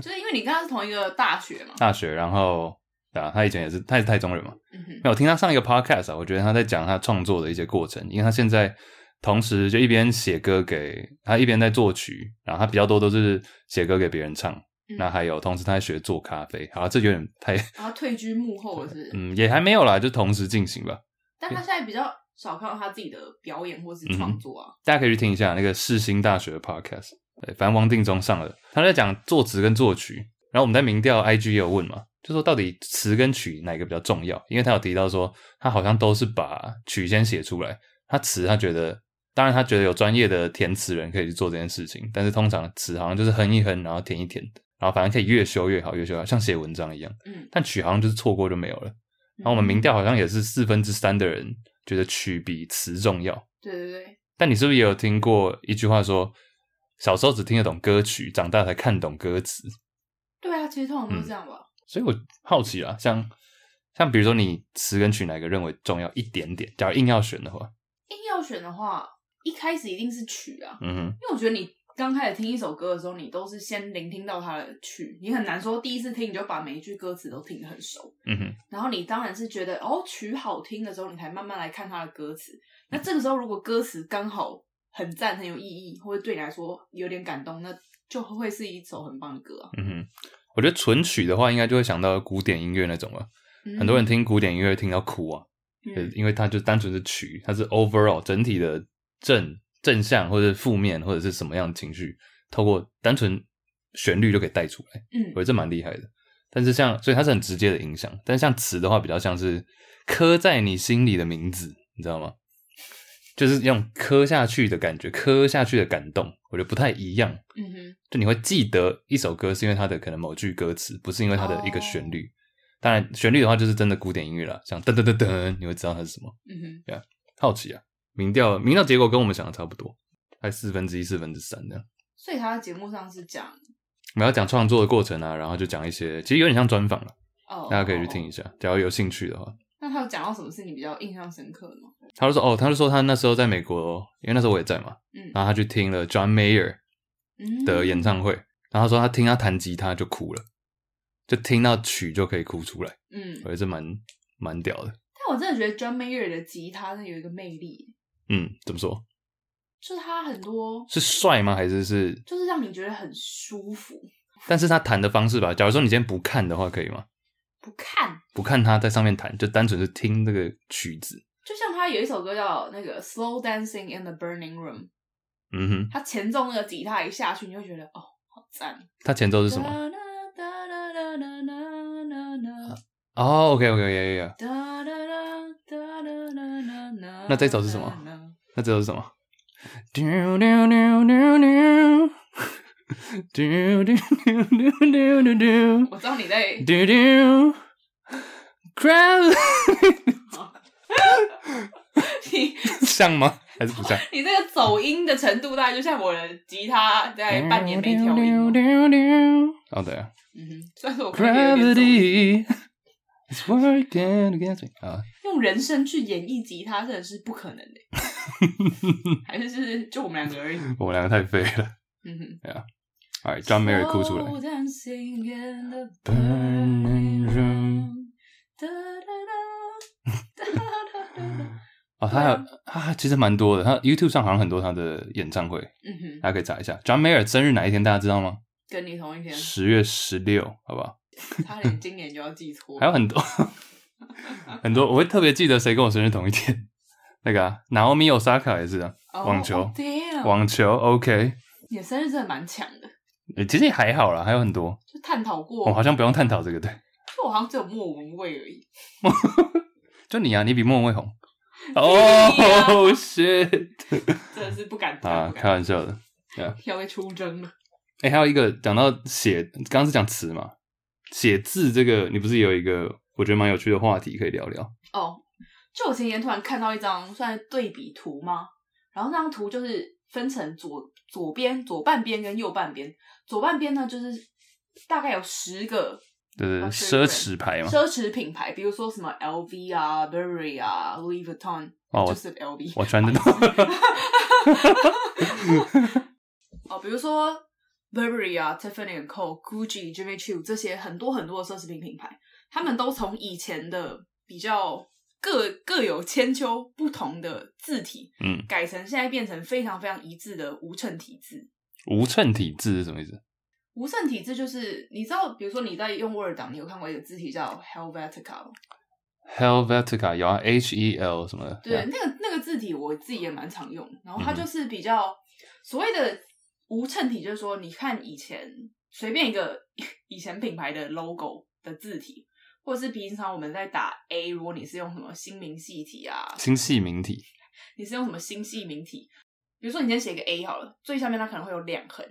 就是因为你跟他是同一个大学嘛，大学，然后对啊，他以前也是他也是台中人嘛。嗯哼，那我听他上一个 podcast 啊，我觉得他在讲他创作的一些过程，因为他现在同时就一边写歌给他，一边在作曲，然后他比较多都是写歌给别人唱。嗯那还有，同时他还学做咖啡，好，这有点太，然后退居幕后了是不是，嗯，也还没有啦，就同时进行吧。但他现在比较少看到他自己的表演或嗯是创作啊，大家可以去听一下那个世新大学的 podcast，对，反正王定中上了，他在讲作词跟作曲，然后我们在民调 IG 也有问嘛，就说到底词跟曲哪个比较重要？因为他有提到说，他好像都是把曲先写出来，他词他觉得，当然他觉得有专业的填词人可以去做这件事情，但是通常词好像就是哼一哼，然后填一填，然后反正可以越修越好，越修越好，像写文章一样，嗯，但曲好像就是错过就没有了。然后我们民调好像也是四分之三的人觉得曲比词重要。对对对，但你是不是也有听过一句话说，小时候只听得懂歌曲，长大才看懂歌词？对啊，其实通常都是这样吧，所以我好奇啦，像像比如说你词跟曲哪个认为重要一点点？假如硬要选的话，硬要选的话，一开始一定是曲啊，嗯哼，因为我觉得你刚开始听一首歌的时候，你都是先聆听到它的曲，你很难说第一次听你就把每一句歌词都听得很熟。嗯哼，然后你当然是觉得哦曲好听的时候，你才慢慢来看它的歌词。那这个时候如果歌词刚好很赞、很有意义，或者对你来说有点感动，那就会是一首很棒的歌、啊。嗯哼。我觉得纯曲的话，应该就会想到古典音乐那种了。嗯很多人听古典音乐听到哭啊，就是嗯因为它就单纯是曲，它是 overall 整体的正正向或者是负面或者是什么样的情绪，透过单纯旋律就可以带出来。嗯我觉得这蛮厉害的。但是像，所以它是很直接的影响。但是像词的话，比较像是刻在你心里的名字，你知道吗？就是那种刻下去的感觉，刻下去的感动，我觉得不太一样。嗯哼，就你会记得一首歌，是因为它的可能某句歌词，不是因为它的一个旋律。当然，旋律的话就是真的古典音乐啦，像噔噔噔噔，你会知道它是什么。嗯哼，好奇啊，民调民调结果跟我们想的差不多，还四分之一、四分之三这样。所以他的节目上是讲我们要讲创作的过程啊，然后就讲一些，其实有点像专访了。哦，大家可以去哦。听一下，假如有兴趣的话。那他有讲到什么是你比较印象深刻的吗？他就说哦，他就说他那时候在美国，因为那时候我也在嘛，嗯然后他去听了 John Mayer 嗯的演唱会，然后他说他听他弹吉他就哭了，就听到曲就可以哭出来，嗯我，觉得这蛮蛮屌的。但我真的觉得 John Mayer 的吉他那有一个魅力，嗯，怎么说？就是他很多是帅吗？还是是？就是让你觉得很舒服，但是他弹的方式吧，假如说你今天不看的话，可以吗？不看不看他在上面弹，就单纯是听这个曲子。就像他有一首歌叫那个《Slow Dancing in the Burning Room》，嗯哼，他前奏那个吉他一下去，你就会觉得哦，好赞！他前奏是是什么？？哒哒哒哒哒哒哒哦，OK，OK，OK，OK，、哒哒哒哒哒哒哒。那这首是什么哒哒哒？那这首是什么？丢丢丢丢丢，丢丢丢丢丢丢我知道 你在，丢丢，crab 你像吗？还是不像？你这个走音的程度，大概就像我的吉他在半年没调音丢了。丢丢。哦，对啊嗯哼，虽然说我可能有点走音，gravity is working against me 啊，用人声去演绎吉他，真的是不可 能的，还是是就我们两个而已。我们两个太废了。嗯哼。哎，John Mayer 哭出来。 Slow dancing in the Burning burning room room. 哒哒哒哒哒哒哒哦，他还有他其实蛮多的，他 YouTube 上好像很多他的演唱会，嗯哼，大家可以查一下。John Mayer 生日哪一天？大家知道吗？跟你同一天，十月十六，好不好？差点今年就要记 错。还有很多很多，我会特别记得谁跟我生日同一天。那个啊，Naomi Osaka 也是啊，哦网球哦对 damn，网球 OK，你的生日真的蛮强的，呃其实也还好啦，还有很多，就探讨过，我好像不用探讨这个，对，就我好像只有莫文蔚而已。就你啊，你比莫文蔚红。屁啊哦、shit 真的是不敢啊，当，开玩笑的。要被出征了。哎、还有一个讲到写，刚刚是讲词嘛，写字这个，你不是有一个我觉得蛮有趣的话题可以聊聊？哦，就我前几天突然看到一张算是对比图吗？然后那张图就是分成左左边、左半边跟右半边。左半边呢，就是大概有十个就是啊奢对对侈牌嘛。奢侈品牌，比如说什么 LV 啊、Burberry 啊、Louis Vuitton，、哦我就是 LV。我穿得到哦，比如说 Burberry 啊、Tiffany and Co、Gucci、Jimmy Choo 这些很多很多的奢侈品品牌，他们都从以前的比较各各有千秋不同的字体，嗯，改成现在变成非常非常一致的无衬体字。无衬体字是什么意思？无衬体字就是你知道，比如说你在用 Word 档，你有看过一个字体叫 Helvetica 吗？ Helvetica 有啊，H E L 什么的，对， Yeah，那个那个字体我自己也蛮常用的，然后它嗯哼就是比较、所谓的无衬体，就是说你看以前随便一个 以前品牌的 logo 的字体，或者是平常我们在打 A，如果你是用什么新明细体啊，星系名体，你是用什么新细明体，比如说你先写一个 A 好了，最下面它可能会有两横，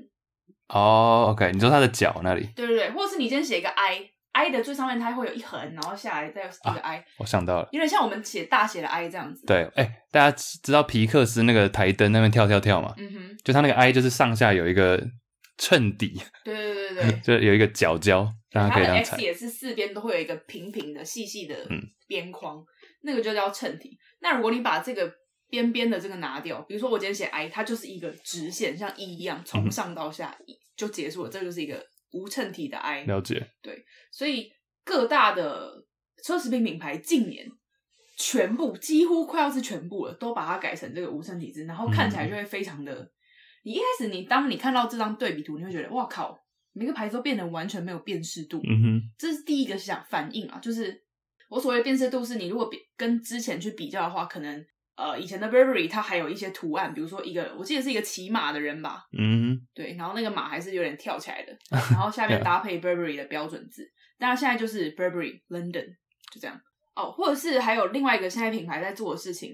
哦、o k 你说它的脚那里，对对对，或者是你先写一个 I，I 的最上面它会有一横，然后下来再有一个 I，、我想到了，有点像我们写大写的 I 这样子。，啊对，哎、大家知道皮克斯那个台灯那边跳跳跳嘛？嗯哼，就它那个 I 就是上下有一个衬底，对对对对对。 就有一个角胶，让它它可以的这样踩 X。也是四边都会有一个平平的、细细的嗯边框，那个就叫衬体。那如果你把这个边边的这个拿掉，比如说我今天写 I，它就是一个直线，像 E 一样，嗯从上到下、一就结束了，这就是一个无衬体的 I。了解，所以各大的奢侈品品牌近年全部几乎快要是全部了，都把它改成这个无衬体字，然后看起来就会非常的。你一开始你当你看到这张对比图，你会觉得哇靠，每个牌子都变得完全没有辨识度。嗯哼，这是第一个想反应啊，就是我所谓的辨识度是，你如果比跟之前去比较的话，可能呃以前的 Burberry 它还有一些图案，比如说一个我记得是一个骑马的人吧，嗯对，然后那个马还是有点跳起 来的，然后下面啊搭配 Burberry 的标准字，当然现在就是 Burberry London 就这样哦，或者是还有另外一个现在品牌在做的事情，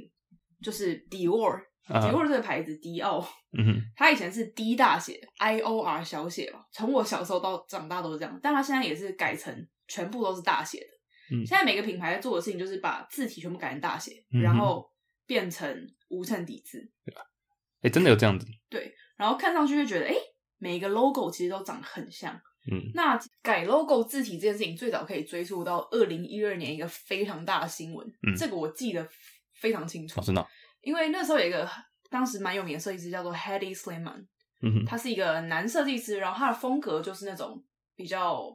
就是 Dior，Dior、哼，啊，这个牌子迪奥，嗯哼， 它以前是 D 大写，I O R 小写嘛，从我小时候到长大都是这样，但它现在也是改成全部都是大写的。嗯现在每个品牌在做的事情就是把字体全部改成大写，嗯哼然后变成无衬底字，哎、真的有这样子，然后看上去就觉得，哎、每个 logo 其实都长得很像。嗯，那改 logo 字体这件事情，最早可以追溯到二零一二年一个非常大的新闻，嗯这个我记得非常清楚哦，，真的哦、因为那时候有一个当时蛮有名的设计师叫做 Hedy Slimane。嗯哼，他是一个男设计师，然后他的风格就是那种比较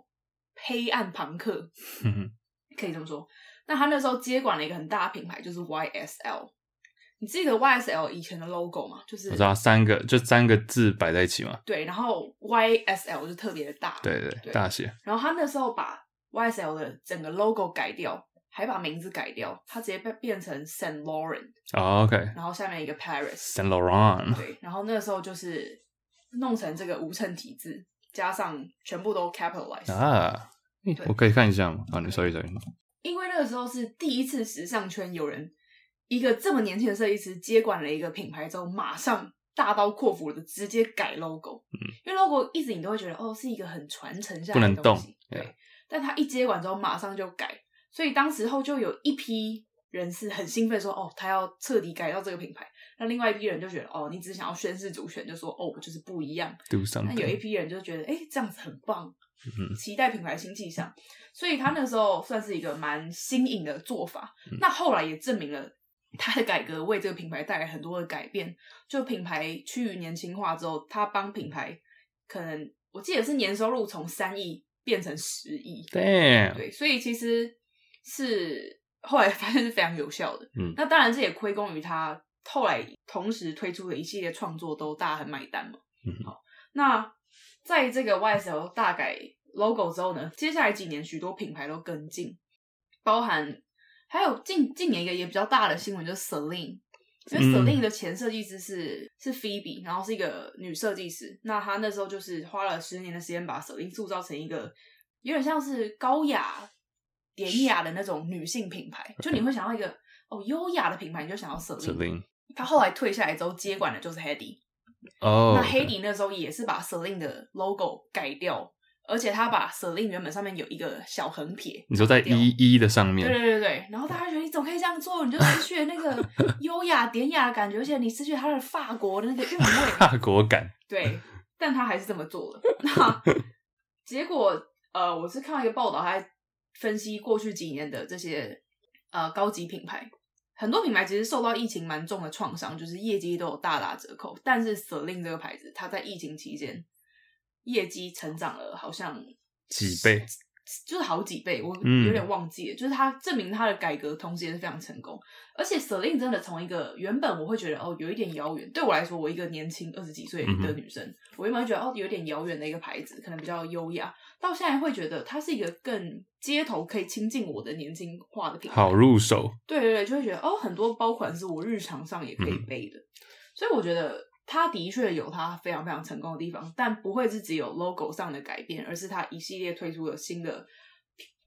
黑暗朋克，嗯哼，可以这么说。那他那时候接管了一个很大的品牌，就是 YSL。你记得 YSL 以前的 logo 吗？就是我知道三个，就三个字摆在一起嘛，对，然后 YSL 就特别的大，对对对，对大写，然后他那时候把 YSL 的整个 logo 改掉，还把名字改掉，他直接被变成 Saint Laurent，哦，OK，Saint 然后下面一个 Paris。 Laurent，对，然后那时候就是弄成这个无衬体字，加上全部都 capitalize。啊，嗯对我可以看一下吗？啊，你 sorry sorry，因为那个时候是第一次时尚圈有人一个这么年轻的设计师接管了一个品牌之后，马上大刀阔斧的直接改 logo，、因为 logo 一直你都会觉得哦是一个很传承下嗯不来能的东西，动对。 Yeah 但他一接管之后马上就改，所以当时候就有一批人是很兴奋说哦他要彻底改造这个品牌，那另外一批人就觉得哦你只是想要宣示主权，就说哦我就是不一样， do 那有一 something，批人就觉得，哎、这样子很棒嗯，期待品牌新气象，所以他那时候算是一个蛮新颖的做法。那后来也证明了他的改革为这个品牌带来很多的改变。就品牌趋于年轻化之后，他帮品牌可能我记得是年收入从三亿变成十亿， damn，对，所以其实是后来发现是非常有效的。嗯那当然这也归功于他后来同时推出的一系列创作都大家很买单嘛。嗯好，那在这个 YSL 大改 logo 之后呢，接下来几年许多品牌都跟进，包含还有近近年一个也比较大的新闻就是 Celine。因为 Celine 的前设计师是是 Phoebe，然后是一个女设计师。那她那时候就是花了十年的时间把 Celine 塑造成一个有点像是高雅、典雅的那种女性品牌。就你会想要一个哦优雅的品牌，你就想要 Celine。 Celine 她后来退下来之后，接管的就是 Hedy。哦那 Hedy 那时候也是把 Celine 的 logo 改掉，而且她把 Celine 原本上面有一个小横撇，你说在改掉一一的上对 面，对对对，然后大家觉得你怎么可以这样做？你就失去了那 个优雅典雅的感觉，而且你失去了他的法国的那个韵味。大果敢， 对，但他还是这么做了。那结果呃，我是看到一个报道，还分析过去几年的这些呃高级品牌，很多品牌其实受到疫情蛮重的创伤，就是业绩都有大打折扣。但是 Celine 这个牌子，它在疫情期间业绩成长了，好像几倍，就是好几倍，我嗯有点忘记了。就是它证明它的改革同时也是非常成功，而且 Celine 真的从一个原本我会觉得哦有一点遥远，对我来说，我一个年轻二十几岁嗯的哼女生，我原本会觉得哦有点遥远的一个牌子，可能比较优雅，到现在会觉得它是一个更街头可以亲近我的年轻化的品牌。好入手，对对对，就会觉得哦，很多包款是我日常上也可以背的，所以我觉得它的确有它非常非常成功的地方，但不会是只有 logo 上的改变，而是它一系列推出了新的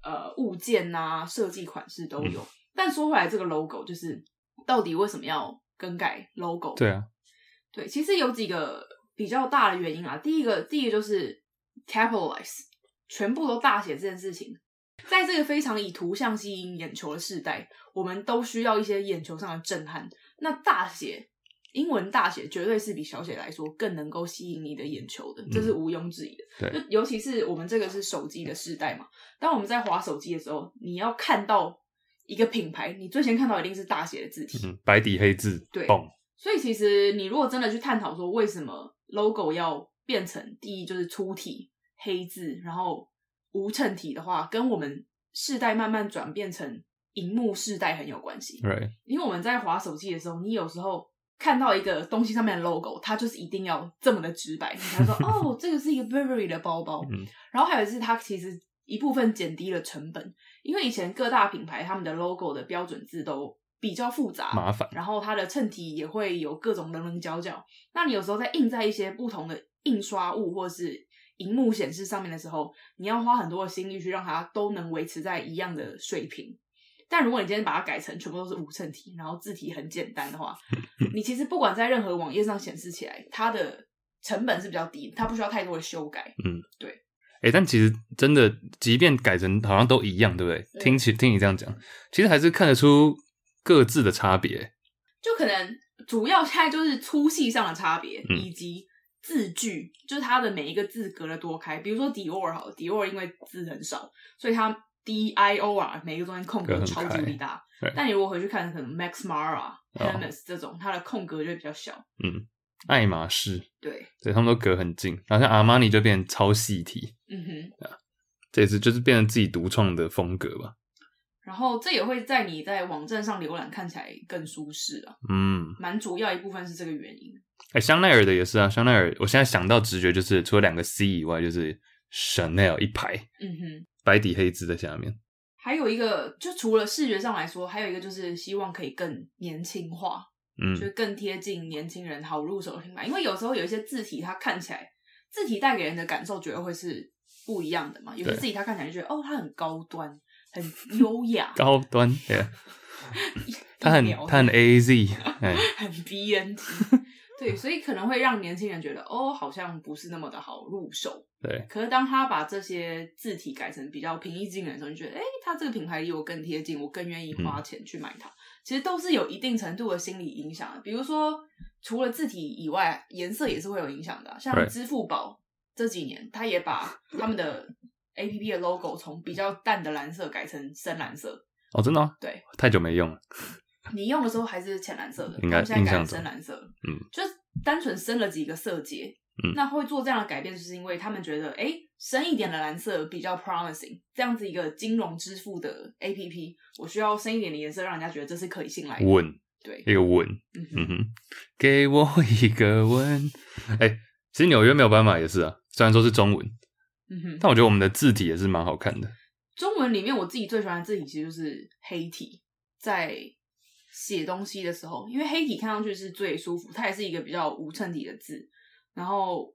呃物件呐、设计款式都有。但说回来，这个 logo 就是到底为什么要更改 logo？对啊，对，其实有几个比较大的原因啊。第一个，第一个就是 capitalize，全部都大写这件事情。在这个非常以图像吸引眼球的时代，我们都需要一些眼球上的震撼。那大写，英文大写绝对是比小写来说更能够吸引你的眼球的，这是毋庸置疑的。对，就尤其是我们这个是手机的时代嘛，当我们在划手机的时候，你要看到一个品牌，你最先看到一定是大写的字体。嗯，白底黑字，对蹦，所以其实你如果真的去探讨说为什么 logo 要变成第一就是粗体黑字，然后无衬体的话，跟我们世代慢慢转变成荧幕世代很有关嗯系。 ，right，因为我们在划手机的时候，你有时候看到一个东西上面的 logo，它就是一定要这么的直白，你才说哦，这个是一个 Burberry 的包包。嗯然后还有是它其实一部分减低了成本，因为以前各大品牌他们的 logo 的标准字都比较复杂，麻烦，然后它的衬体也会有各种棱棱角角。那你有时候在印在一些不同的印刷物或是荧幕显示上面的时候，你要花很多的心力去让它都能维持在一样的水平。但如果你今天把它改成全部都是无衬体，然后字体很简单的话，你其实不管在任何网页上显示起来，它的成本是比较低，它不需要太多的修改。哎，但其实真的，即便改成好像都一样，对不对？对听起听你这样讲，其实还是看得出各自的差别，就可能主要现在就是粗细上的差别，嗯以及字句，就是它的每一个字隔了多开。比如说 Dior 好了，Dior 因为字很少，所以它 D I O 啊，每一个中间空隔格很超级开无敌大对。但你如果回去看，可能 Max Mara、哦 Hermes 这种，它的空格就会比较小。爱马仕，对，对他们都隔很近，然后像阿玛尼就变成超细体，嗯哼。这也是就是变成自己独创的风格吧，然后这也会在你在网站上浏览看起来更舒适啊，嗯。蛮主要一部分是这个原因。哎、香奈儿的也是啊，香奈儿，我现在想到直觉就是除了两个 C 以外，就是 Chanel 一排嗯哼。白底黑字在下面，还有一个，就除了视觉上来说，还有一个就是希望可以更年轻化，就嗯是更贴近年轻人好入手的品牌。因为有时候有一些字体，它看起来字体带给人的感受绝对会是不一样的嘛。有些对，字体它看起来就觉得哦，它很高端，很优雅高端，对啊，它很医疗的它很 A Z，哎、 很 BNT，对，所以可能会让年轻人觉得哦，好像不是那么的好入手。对，可是当他把这些字体改成比较平易近人的时候，你觉得，哎、他这个品牌离我更贴近，我更愿意花钱去买它。其实都是有一定程度的心理影响的。比如说，除了字体以外，颜色也是会有影响的啊、像 Right 支付宝这几年，它也把他们的 A P P 的 logo 从比较淡的蓝色改成深蓝色。哦，真的、哦，对，太久没用了，你用的时候还是浅蓝色的，应该他们现在改印象成中深蓝色，嗯，就是单纯升了几个色阶。嗯那会做这样的改变，就是因为他们觉得，哎、深一点的蓝色比较 promising，这样子一个金融支付的 A P P，我需要深一点的颜色，让人家觉得这是可以信赖的。吻对，一个吻，嗯嗯哼，哼，给我一个吻，哎、其实纽约没有办法也是啊，虽然说是中文，嗯哼。但我觉得我们的字体也是蛮好看的，中文里面我自己最喜欢的字体其实就是黑体，在写东西的时候，因为黑体看上去是最舒服，它也是一个比较无衬体的字。然后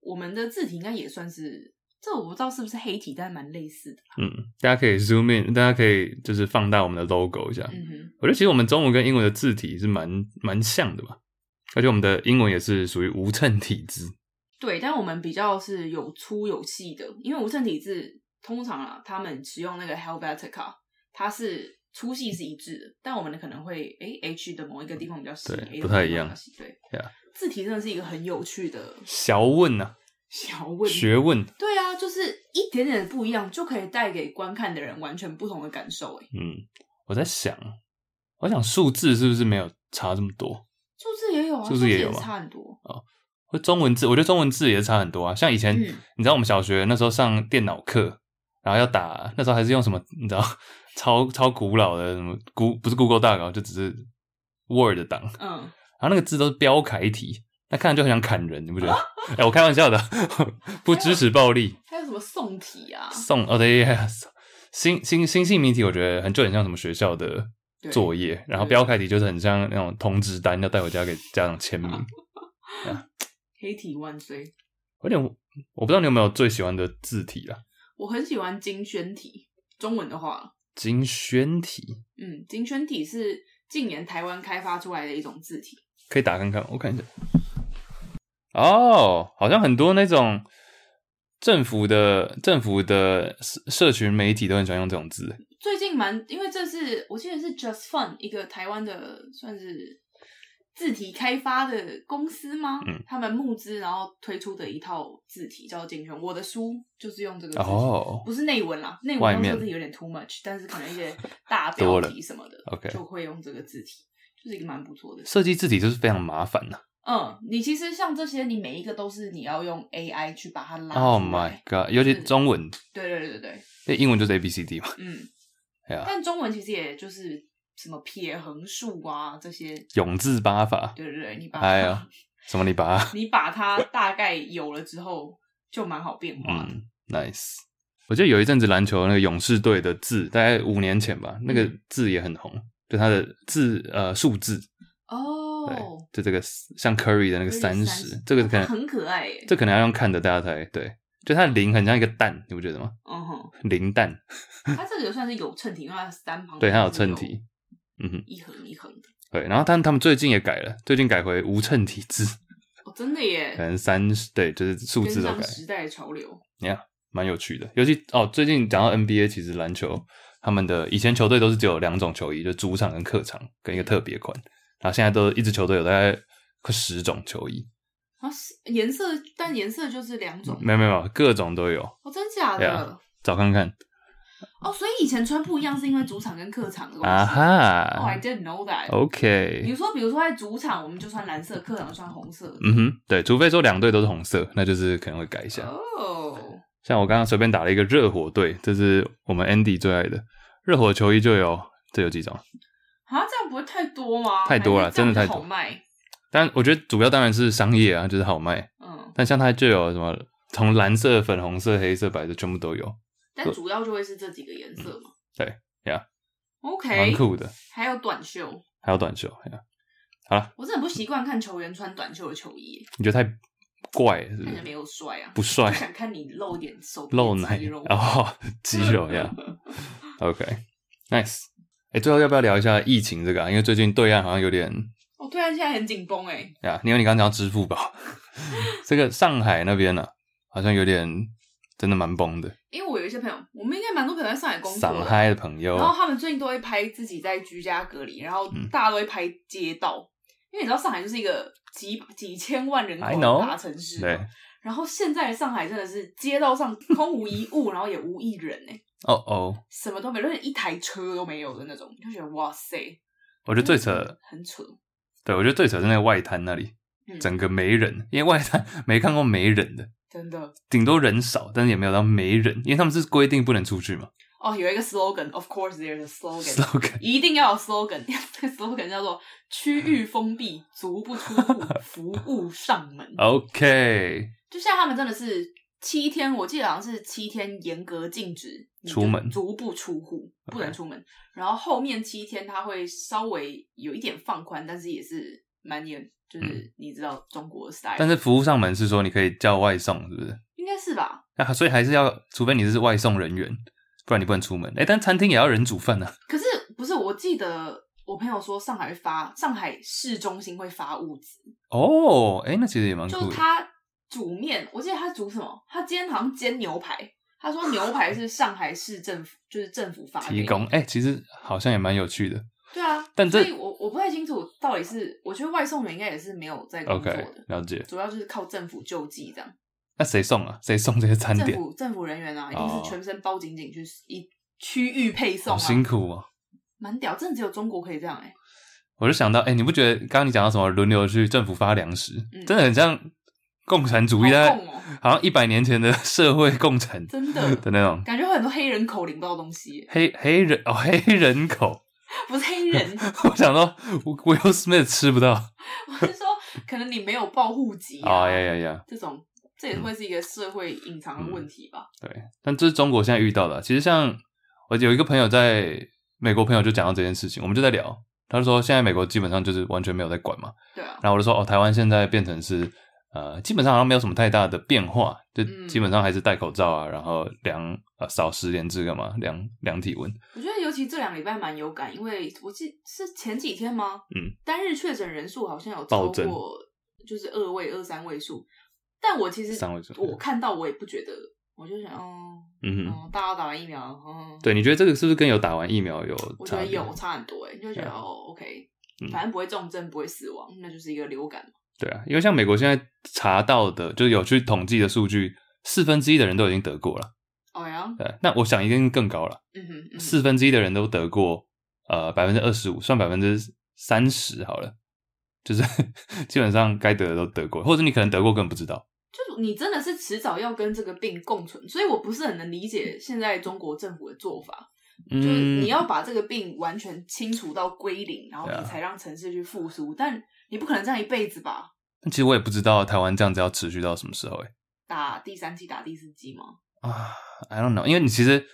我们的字体应该也算是，这我不知道是不是黑体，但蛮类似的。嗯，大家可以 zoom in，大家可以就是放大我们的 logo 一下。嗯哼，我觉得其实我们中文跟英文的字体是蛮蛮像的吧，而且我们的英文也是属于无衬体字。对，但我们比较是有粗有细的，因为无衬体字通常啊，他们使用那个 Helvetica，它是粗细是一致的，但我们的可能会诶 H 的某一个地方比较细，对 A 的不太一某样个地方比较细对 Yeah 字体真的是一个很有趣的小问呐、小啊，问题。学问，对啊，就是一点点的不一样，就可以带给观看的人完全不同的感受。哎，嗯，我在想，我想数字是不是没有差这么多？数字也有啊，数字也有啊数差很多。或中文字，我觉得中文字也是差很多啊。像以前，嗯你知道我们小学那时候上电脑课，然后要打，那时候还是用什么，你知道， 超超古老的什么古，不是 Google 大稿，就只是 Word 档，嗯，然后那个字都是标楷体，那看着就很想砍人，你不觉得？ 哎、我开玩笑的， 不支持暴力。还有什么宋体啊？送哦对，yes，新新新性命题，我觉得很就很像什么学校的对作业，然后对标楷体就是很像那种通知单，要带回家给家长签名。嗯黑体万岁！有点我不知道你有没有最喜欢的字体啦，我很喜欢金宣体，中文的话，金宣体嗯，金宣体是近年台湾开发出来的一种字体。可以打看看，我看一下。哦，好像很多那种政府的政府的社社群媒体都很喜欢用这种字。最近蛮，因为这是我记得是 Just Fun 一个台湾的算是字体开发的公司吗？嗯他们募资然后推出的一套字体叫金宣，我的书就是用这个字体。哦不是内文啦，内外文面用字有点 too much，但是可能一些大多标了题什么的 OK 就会用这个字体，就是一个蛮不错的。设计字体就是非常麻烦呐、嗯，你其实像这些，你每一个都是你要用 AI 去把它拉出来。 Oh my god！尤其中文，对对对对对，那英文就是 A B C D 嘛。嗯，哎呀，但中文其实也就是什么撇横竖啊这些，永字八法，对对对，你把它 哎呀，什么你把它，你把它大概有了之后，就蛮好变化的。嗯，nice。我记得有一阵子篮球那个勇士队的字，大概五年前吧，那个嗯字也很红，就它的字呃数字，对哦，，就这个像 Curry 的那个 Curry 三十30，这个可能很可爱耶这可能要用看的大家才对，就它的零很像一个蛋，你不觉得吗？嗯哼，零蛋，它这个算是有衬体，因为它三旁对，它有就是衬体，嗯哼，一横一横的。对，然后但他们最近也改了，最近改回无衬体字，哦，真的可耶，能三十对，就是数跟字都上改，时代的潮流。蛮有趣的。尤其哦，最近讲到 NBA，其实篮球他们的以前球队都是只有两种球衣，就主场跟客场跟一个特别款，然后现在都一支球队有大概快十种球衣，啊，是颜色，但颜色就是两种，嗯没有没有没有，各种都有，哦，真假对的啊？找看看哦，所以以前穿不一样是因为主场跟客场的关啊系。哦哈，I didn't know that。比，OK，如说，比如说在主场我们就穿蓝色，客场穿红色。嗯哼，对，除非说两队都是红色，那就是可能会改一下。哦，像我刚刚随便打了一个热火队，这是我们 Andy 最爱的热火球衣，就有这有几种。啊，这样不会太多吗？太多了还是这真的样就太多好卖。但我觉得主要当然是商业啊，就是好卖。嗯，但像它就有什么从蓝色、粉红色、黑色、白色，全部都有，但主要就会是这几个颜色嘛。对，yeah OK，蛮酷的。还有短袖，还有短袖，yeah，哎我真的很不习惯看球员穿短袖的球衣，你觉得太怪了是不看起来是？没有帅啊。不 帅就，想看你露一点手臂的露奶啊肌肉，然后 肌肉呀。OK，nice。哎，最后要不要聊一下疫情这个啊？因为最近对岸好像有点我突然哦啊现在很紧绷哎，呀，因为你刚刚讲到支付宝， 这个上海那边呢、好像有点真的蛮崩的，因为我有一些朋友，我们应该蛮多朋友在上海工作哦上的，海的朋友然后他们最近都会拍自己在居家隔离，然后嗯大家都会拍街道，因为你知道上海就是一个几几千万人 I 口 know 的大城市嘛，对。然后现在的上海真的是街道上空无一物，然后也无一人哎，哦哦，什么都没有，就是一台车都没有的那种，就觉得哇塞，我觉得最扯，很扯，对我觉得最扯是那个外滩那里，嗯整个没人， 因为外滩没看过没人的，真的顶多人少，但是也没有到没人，因为他们是规定不能出去嘛。哦，有一个 slogan，of course there's a slogan。slogan 一定要有 slogan，这个 slogan 叫做“ 区域封闭，足不出户，服务上门 哦 OK，”。就现在他们真的是七天，我记得好像是七天严格禁止你出就门足不出户，不能 OK 出门。然后后面七天他会稍微有一点放宽，但是也是蛮严，就是你知道中国 style，、嗯但是服务上门是说你可以叫外送，是不是？应该是吧？那、所以还是要，除非你是外送人员，不然你不能出门。哎、但餐厅也要人煮饭啊。可是不是？我记得我朋友说上海会发，上海市中心会发物资，哦，哎、那其实也蛮就酷是的。他煮面，我记得他煮什么？他今天好像煎牛排。他说牛 排是上海市政府，就是政府发给提你供，哎、其实好像也蛮有趣的。对啊，但所这以我我不太清楚到底是，我觉得外送员应该也是没有在工作 OK，的了解。主要就是靠政府救济这样。那谁送啊？谁送这些餐政点？府政府人员啊，一定哦是全身包紧紧去一区域配好送啊，辛苦哦。蛮屌，真的只有中国可以这样哎、我就想到，哎、你不觉得刚刚你讲到什么轮流去政府发粮食，嗯真的很像共产主义好在痛哦好像一百年前的社会共产真 的的那种感觉会很多黑人口领不到东西欸、黑黑人哦黑人口。 不是黑人，我想说 Will Smith 吃不到，我是说可能你没有报户籍啊哦嗯呀呀呀，这种。这也会是一个社会隐藏的问题吧？对，但这是中国现在遇到的啊。其实像我有一个朋友在美国，朋友就讲到这件事情，我们就在聊，他就说现在美国基本上就是完全没有在管嘛，对啊，然后我就说，哦，台湾现在变成是，呃，基本上好像没有什么太大的变化，就嗯基本上还是戴口罩啊，然后量呃扫十连制干嘛，量量体温。我觉得尤其这两个礼拜蛮有感，因为我记是前几天吗？嗯，单日确诊人数好像有超暴增过就是二位、二三位数，但我其实三位数我看到我也不觉得，我就想，哦，嗯哼，哦，大家打完疫苗，哦，对，你觉得这个是不是跟有打完疫苗有我觉差得别？有差很多诶，就觉得、对啊哦，OK，嗯反正不会重症，不会死亡，那就是一个流感。对啊，因为像美国现在查到的，就是有去统计的数据，四分之一的人都已经得过了。哦呀，对，啊那我想一定更高了，嗯哼，嗯哼四分之一的人都得过，呃，百分之二十五，算百分之三十好了，就是 基本上该得的都得过，或者你可能得过根本不知道。就是你真的是迟早要跟这个病共存，所以我不是很能理解现在中国政府的做法。就是嗯你要把这个病完全清除到归零，然后对啊你才让城市去复苏。但你不可能这样一辈子吧？但其实我也不知道台湾这样子要持续到什么时候哎、打第三季、打第四季吗？啊，I don't know，因为你其实，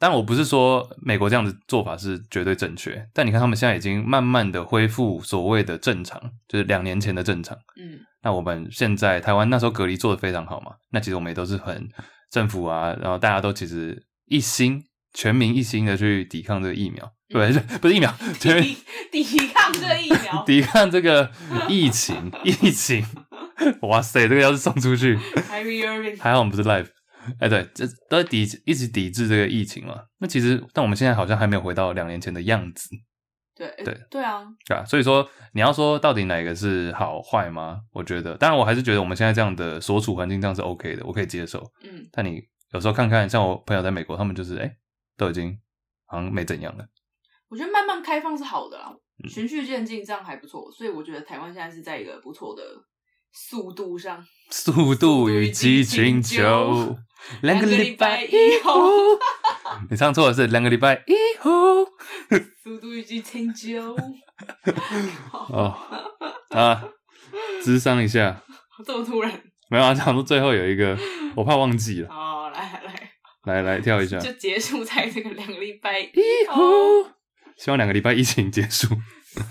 但我不是说美国这样子做法是绝对正确，但你看他们现在已经慢慢的恢复所谓的正常，就是两年前的正常。 嗯，那我们现在台湾那时候隔离做的非常好嘛，那其实我们也都是很政府啊，然后大家都其实一心全民一心的去抵抗这个疫苗，不是不是疫苗，全民，抵抵抗这个疫 苗抵抗这个疫情，疫情，哇塞，这个要是送出去。 Kyrie Irving 还好我们不是 live。哎，对，这都在抵一直抵制这个疫情嘛。那其实，但我们现在好像还没有回到两年前的样子，对呃对对啊，对吧、所以说，你要说到底哪个是好坏吗？我觉得，当然我还是觉得我们现在这样的所处环境这样是 OK 的，我可以接受。嗯，但你有时候看看，像我朋友在美国，他们就是哎，都已经好像没怎样了。我觉得慢慢开放是好的啦，嗯循序渐进这样还不错。所以我觉得台湾现在是在一个不错的速度上。速度与激情速度与激球情球，两个礼，你唱错的是两个礼拜以后。速度与激情九，哦，啊，智商一下， 这么突然，没有啊，想说最后有一个，我怕忘记了，好来来，来来跳一下，就结束在这个两个礼拜以后。哦希望两个礼拜疫情结束，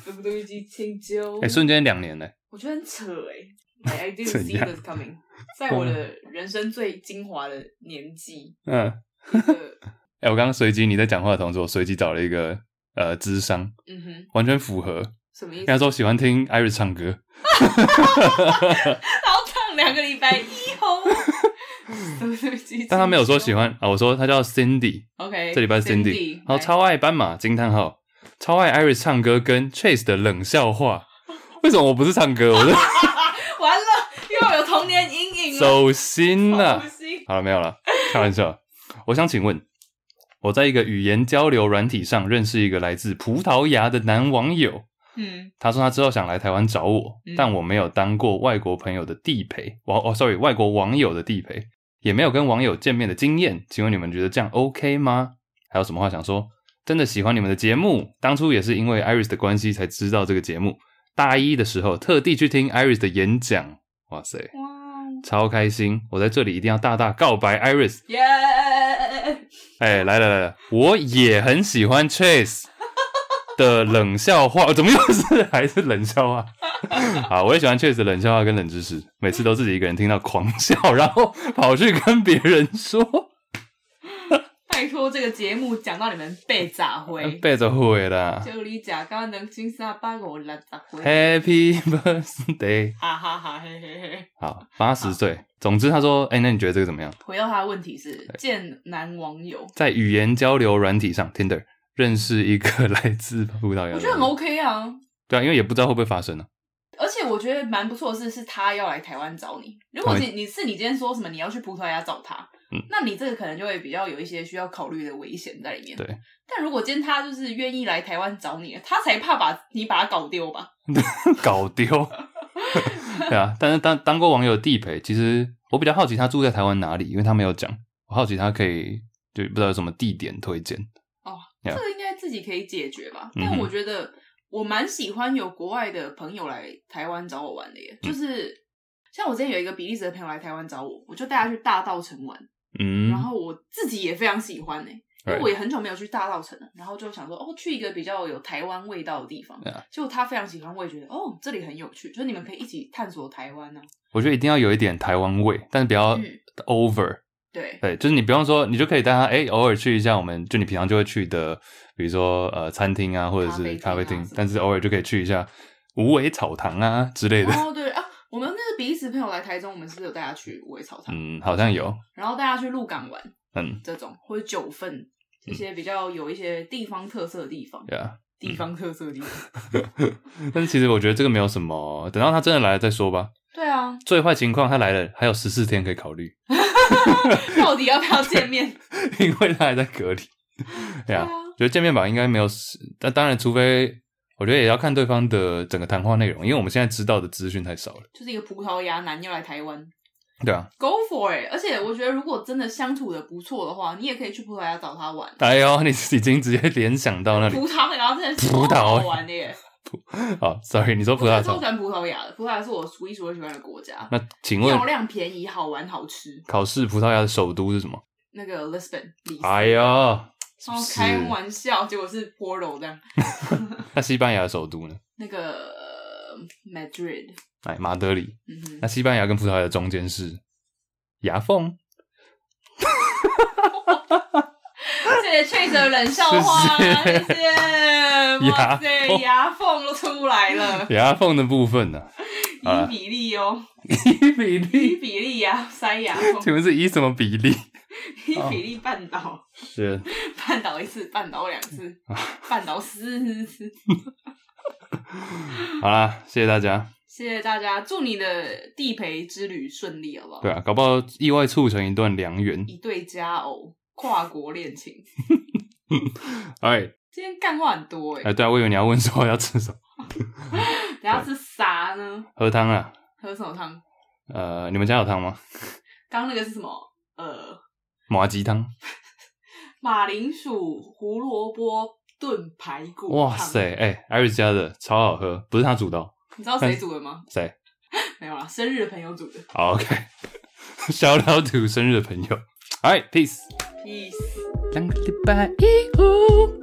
对不对？激情就哎、瞬间两年嘞，我觉得很扯 哎、i I didn't 怎 see 样 this coming。在我的人生最精华的年纪，嗯，哎、一个我刚刚随机你在讲话的同时，我随机找了一个呃智商，嗯哼，完全符合，什么意应思？该说我喜欢听 Iris 唱歌，然后唱两个礼拜，一吼，对不对？但他没有说喜。欢啊，我说他叫 Cindy， OK，这礼拜是 Cindy，然后超爱斑马惊叹号，超爱 Iris 唱歌跟 Chase 的冷笑话， 为什么我不是唱歌，我是来完了，又有童年阴影了。哦走心啊了、好心好了，没有了，开玩笑。我想请问，我在一个语言交流软体上认识一个来自葡萄牙的男网友，嗯，他说他之后想来台湾找我，嗯但我没有当过外国朋友的地陪，网哦，sorry，外国网友的地陪，也没有跟网友见面的经验。请问你们觉得这样 OK 吗？还有什么话想说？真的喜欢你们的节目，当初也是因为 Iris 的关系才知道这个节目。大一的时候特地去听 Iris 的演讲，哇塞，哇哦，超开心！我在这里一定要大大告白 Iris。耶、哎、来了来了，我也很喜欢 Chase 的冷笑话，哦怎么又是还是冷笑话？ 好，我也喜欢 Chase 的冷笑话跟冷知识，每次都自己一个人听到狂笑，然后跑去跟别人说拜托，这个节目讲到你们被咋回？背着会啦就你假刚能金啊沙八五六十回， ，Happy Birthday！哈啊哈哈嘿嘿嘿。好，八十岁。总之，他说，哎、那你觉得这个怎么样？回到他的问题是，见男网友，在语言交流软体上，Tinder 认识一个来自葡萄牙的人，我觉得很 OK 啊。对啊，因为也不知道会不会发生呢、而且我觉得蛮不错的是，是他要来台湾找你。如果你你是你今天说什么你要去葡萄牙找他，嗯那你这个可能就会比较有一些需要考虑的危险在里面。对。但如果今天他就是愿意来台湾找你，他才怕把你把他搞丢吧？搞 丢。对啊，但是当当过网友的地陪，其实我比较好奇他住在台湾哪里，因为他没有讲。我好奇他可以就不知道有什么地点推荐。Yeah 这个应该自己可以解决吧？嗯哼但我觉得我蛮喜欢有国外的朋友来台湾找我玩的嗯耶，就是像我之前有一个比利时的朋友来台湾找我，我就带他去大稻城玩，嗯然，后我自己也非常喜欢呢、因为我也很久没有去大稻城了，然后就想说，哦，去一个比较有台湾味道的地方。 Yeah 就他非常喜欢，我也觉得，哦，这里很有趣，就是你们可以一起探索台湾啊呢、我觉得一定要有一点台湾味，但是不要嗯 over、对，对，就是你不用说，你就可以带他哎、偶尔去一下我们就你平常就会去的，比如说呃餐厅啊，或者是咖咖啡啡厅啊厅什，么但是偶尔就可以去一下无为草堂啊之类的。哦对啊，我们那个比利时朋友来台中，我们是不是有带他去五味草堂，嗯，好像有，然后带他去鹿港玩嗯，这种，或者九份这些比较有一些地方特色的地方，对啊。嗯地方特色的地方。但是其实我觉得这个没有什么，等到他真的来了再说吧。 对啊，最坏情况他来了还有十四天可以考虑， 到底要不要见面？因为他还在隔离。 对啊对啊，觉得见面吧应该没有死，但当然除非我觉得也要看对方的整个谈话内容，因为我们现在知道的资讯太少了。就是一个葡萄牙男要来台湾对啊， ，Go for it！而且我觉得，如果真的相处的不错的话，你也可以去葡萄牙找他玩。哎呦，你已经直接联想到那 里。葡萄牙真的是葡萄超好玩的耶！好，sorry，你说 哦葡我萄真嗯的超草，喜欢葡萄牙的，葡萄牙是我数一数二喜欢的国家，那请问漂亮、便宜、好玩、好吃。考试葡萄牙的首都是什么？那个 Lisbon，里斯哎呀，是哦不是开玩笑，结果是 Porto 这样。那西班牙的首都呢？那个呃 Madrid，哎，马德里。嗯哼那，西班牙跟葡萄牙的中间是牙缝。谢谢 Chase 的冷笑话，谢谢谢谢，哇牙塞，缝牙缝都出来了，牙缝的部分呢、 好了以比例哦，一比以例，比例牙塞 牙缝，请问是以什么比例？ 以哦比例绊倒，是绊倒一次，绊倒两次，啊绊倒四次。好啦，谢谢大家。谢谢大家，祝你的地陪之旅顺利，好不好？对啊，搞不好意外促成一段良缘。一对佳偶，跨国恋情。哎今天干话很多哎、哎，对啊，我以为你要问说要吃什么，等下是啥呢？喝汤啊。喝什么汤？呃，你们家有汤吗？刚刚那个是什么？呃，麻鸡汤。马铃薯胡萝卜炖排骨。哇塞，！哎、艾瑞斯家的超好喝，不是他煮的、哦，你知道谁煮的吗？谁？没有啦，生日的朋友煮的。好 OK，小老土生日的朋友。哎，peace。 Peace。两个礼拜以后。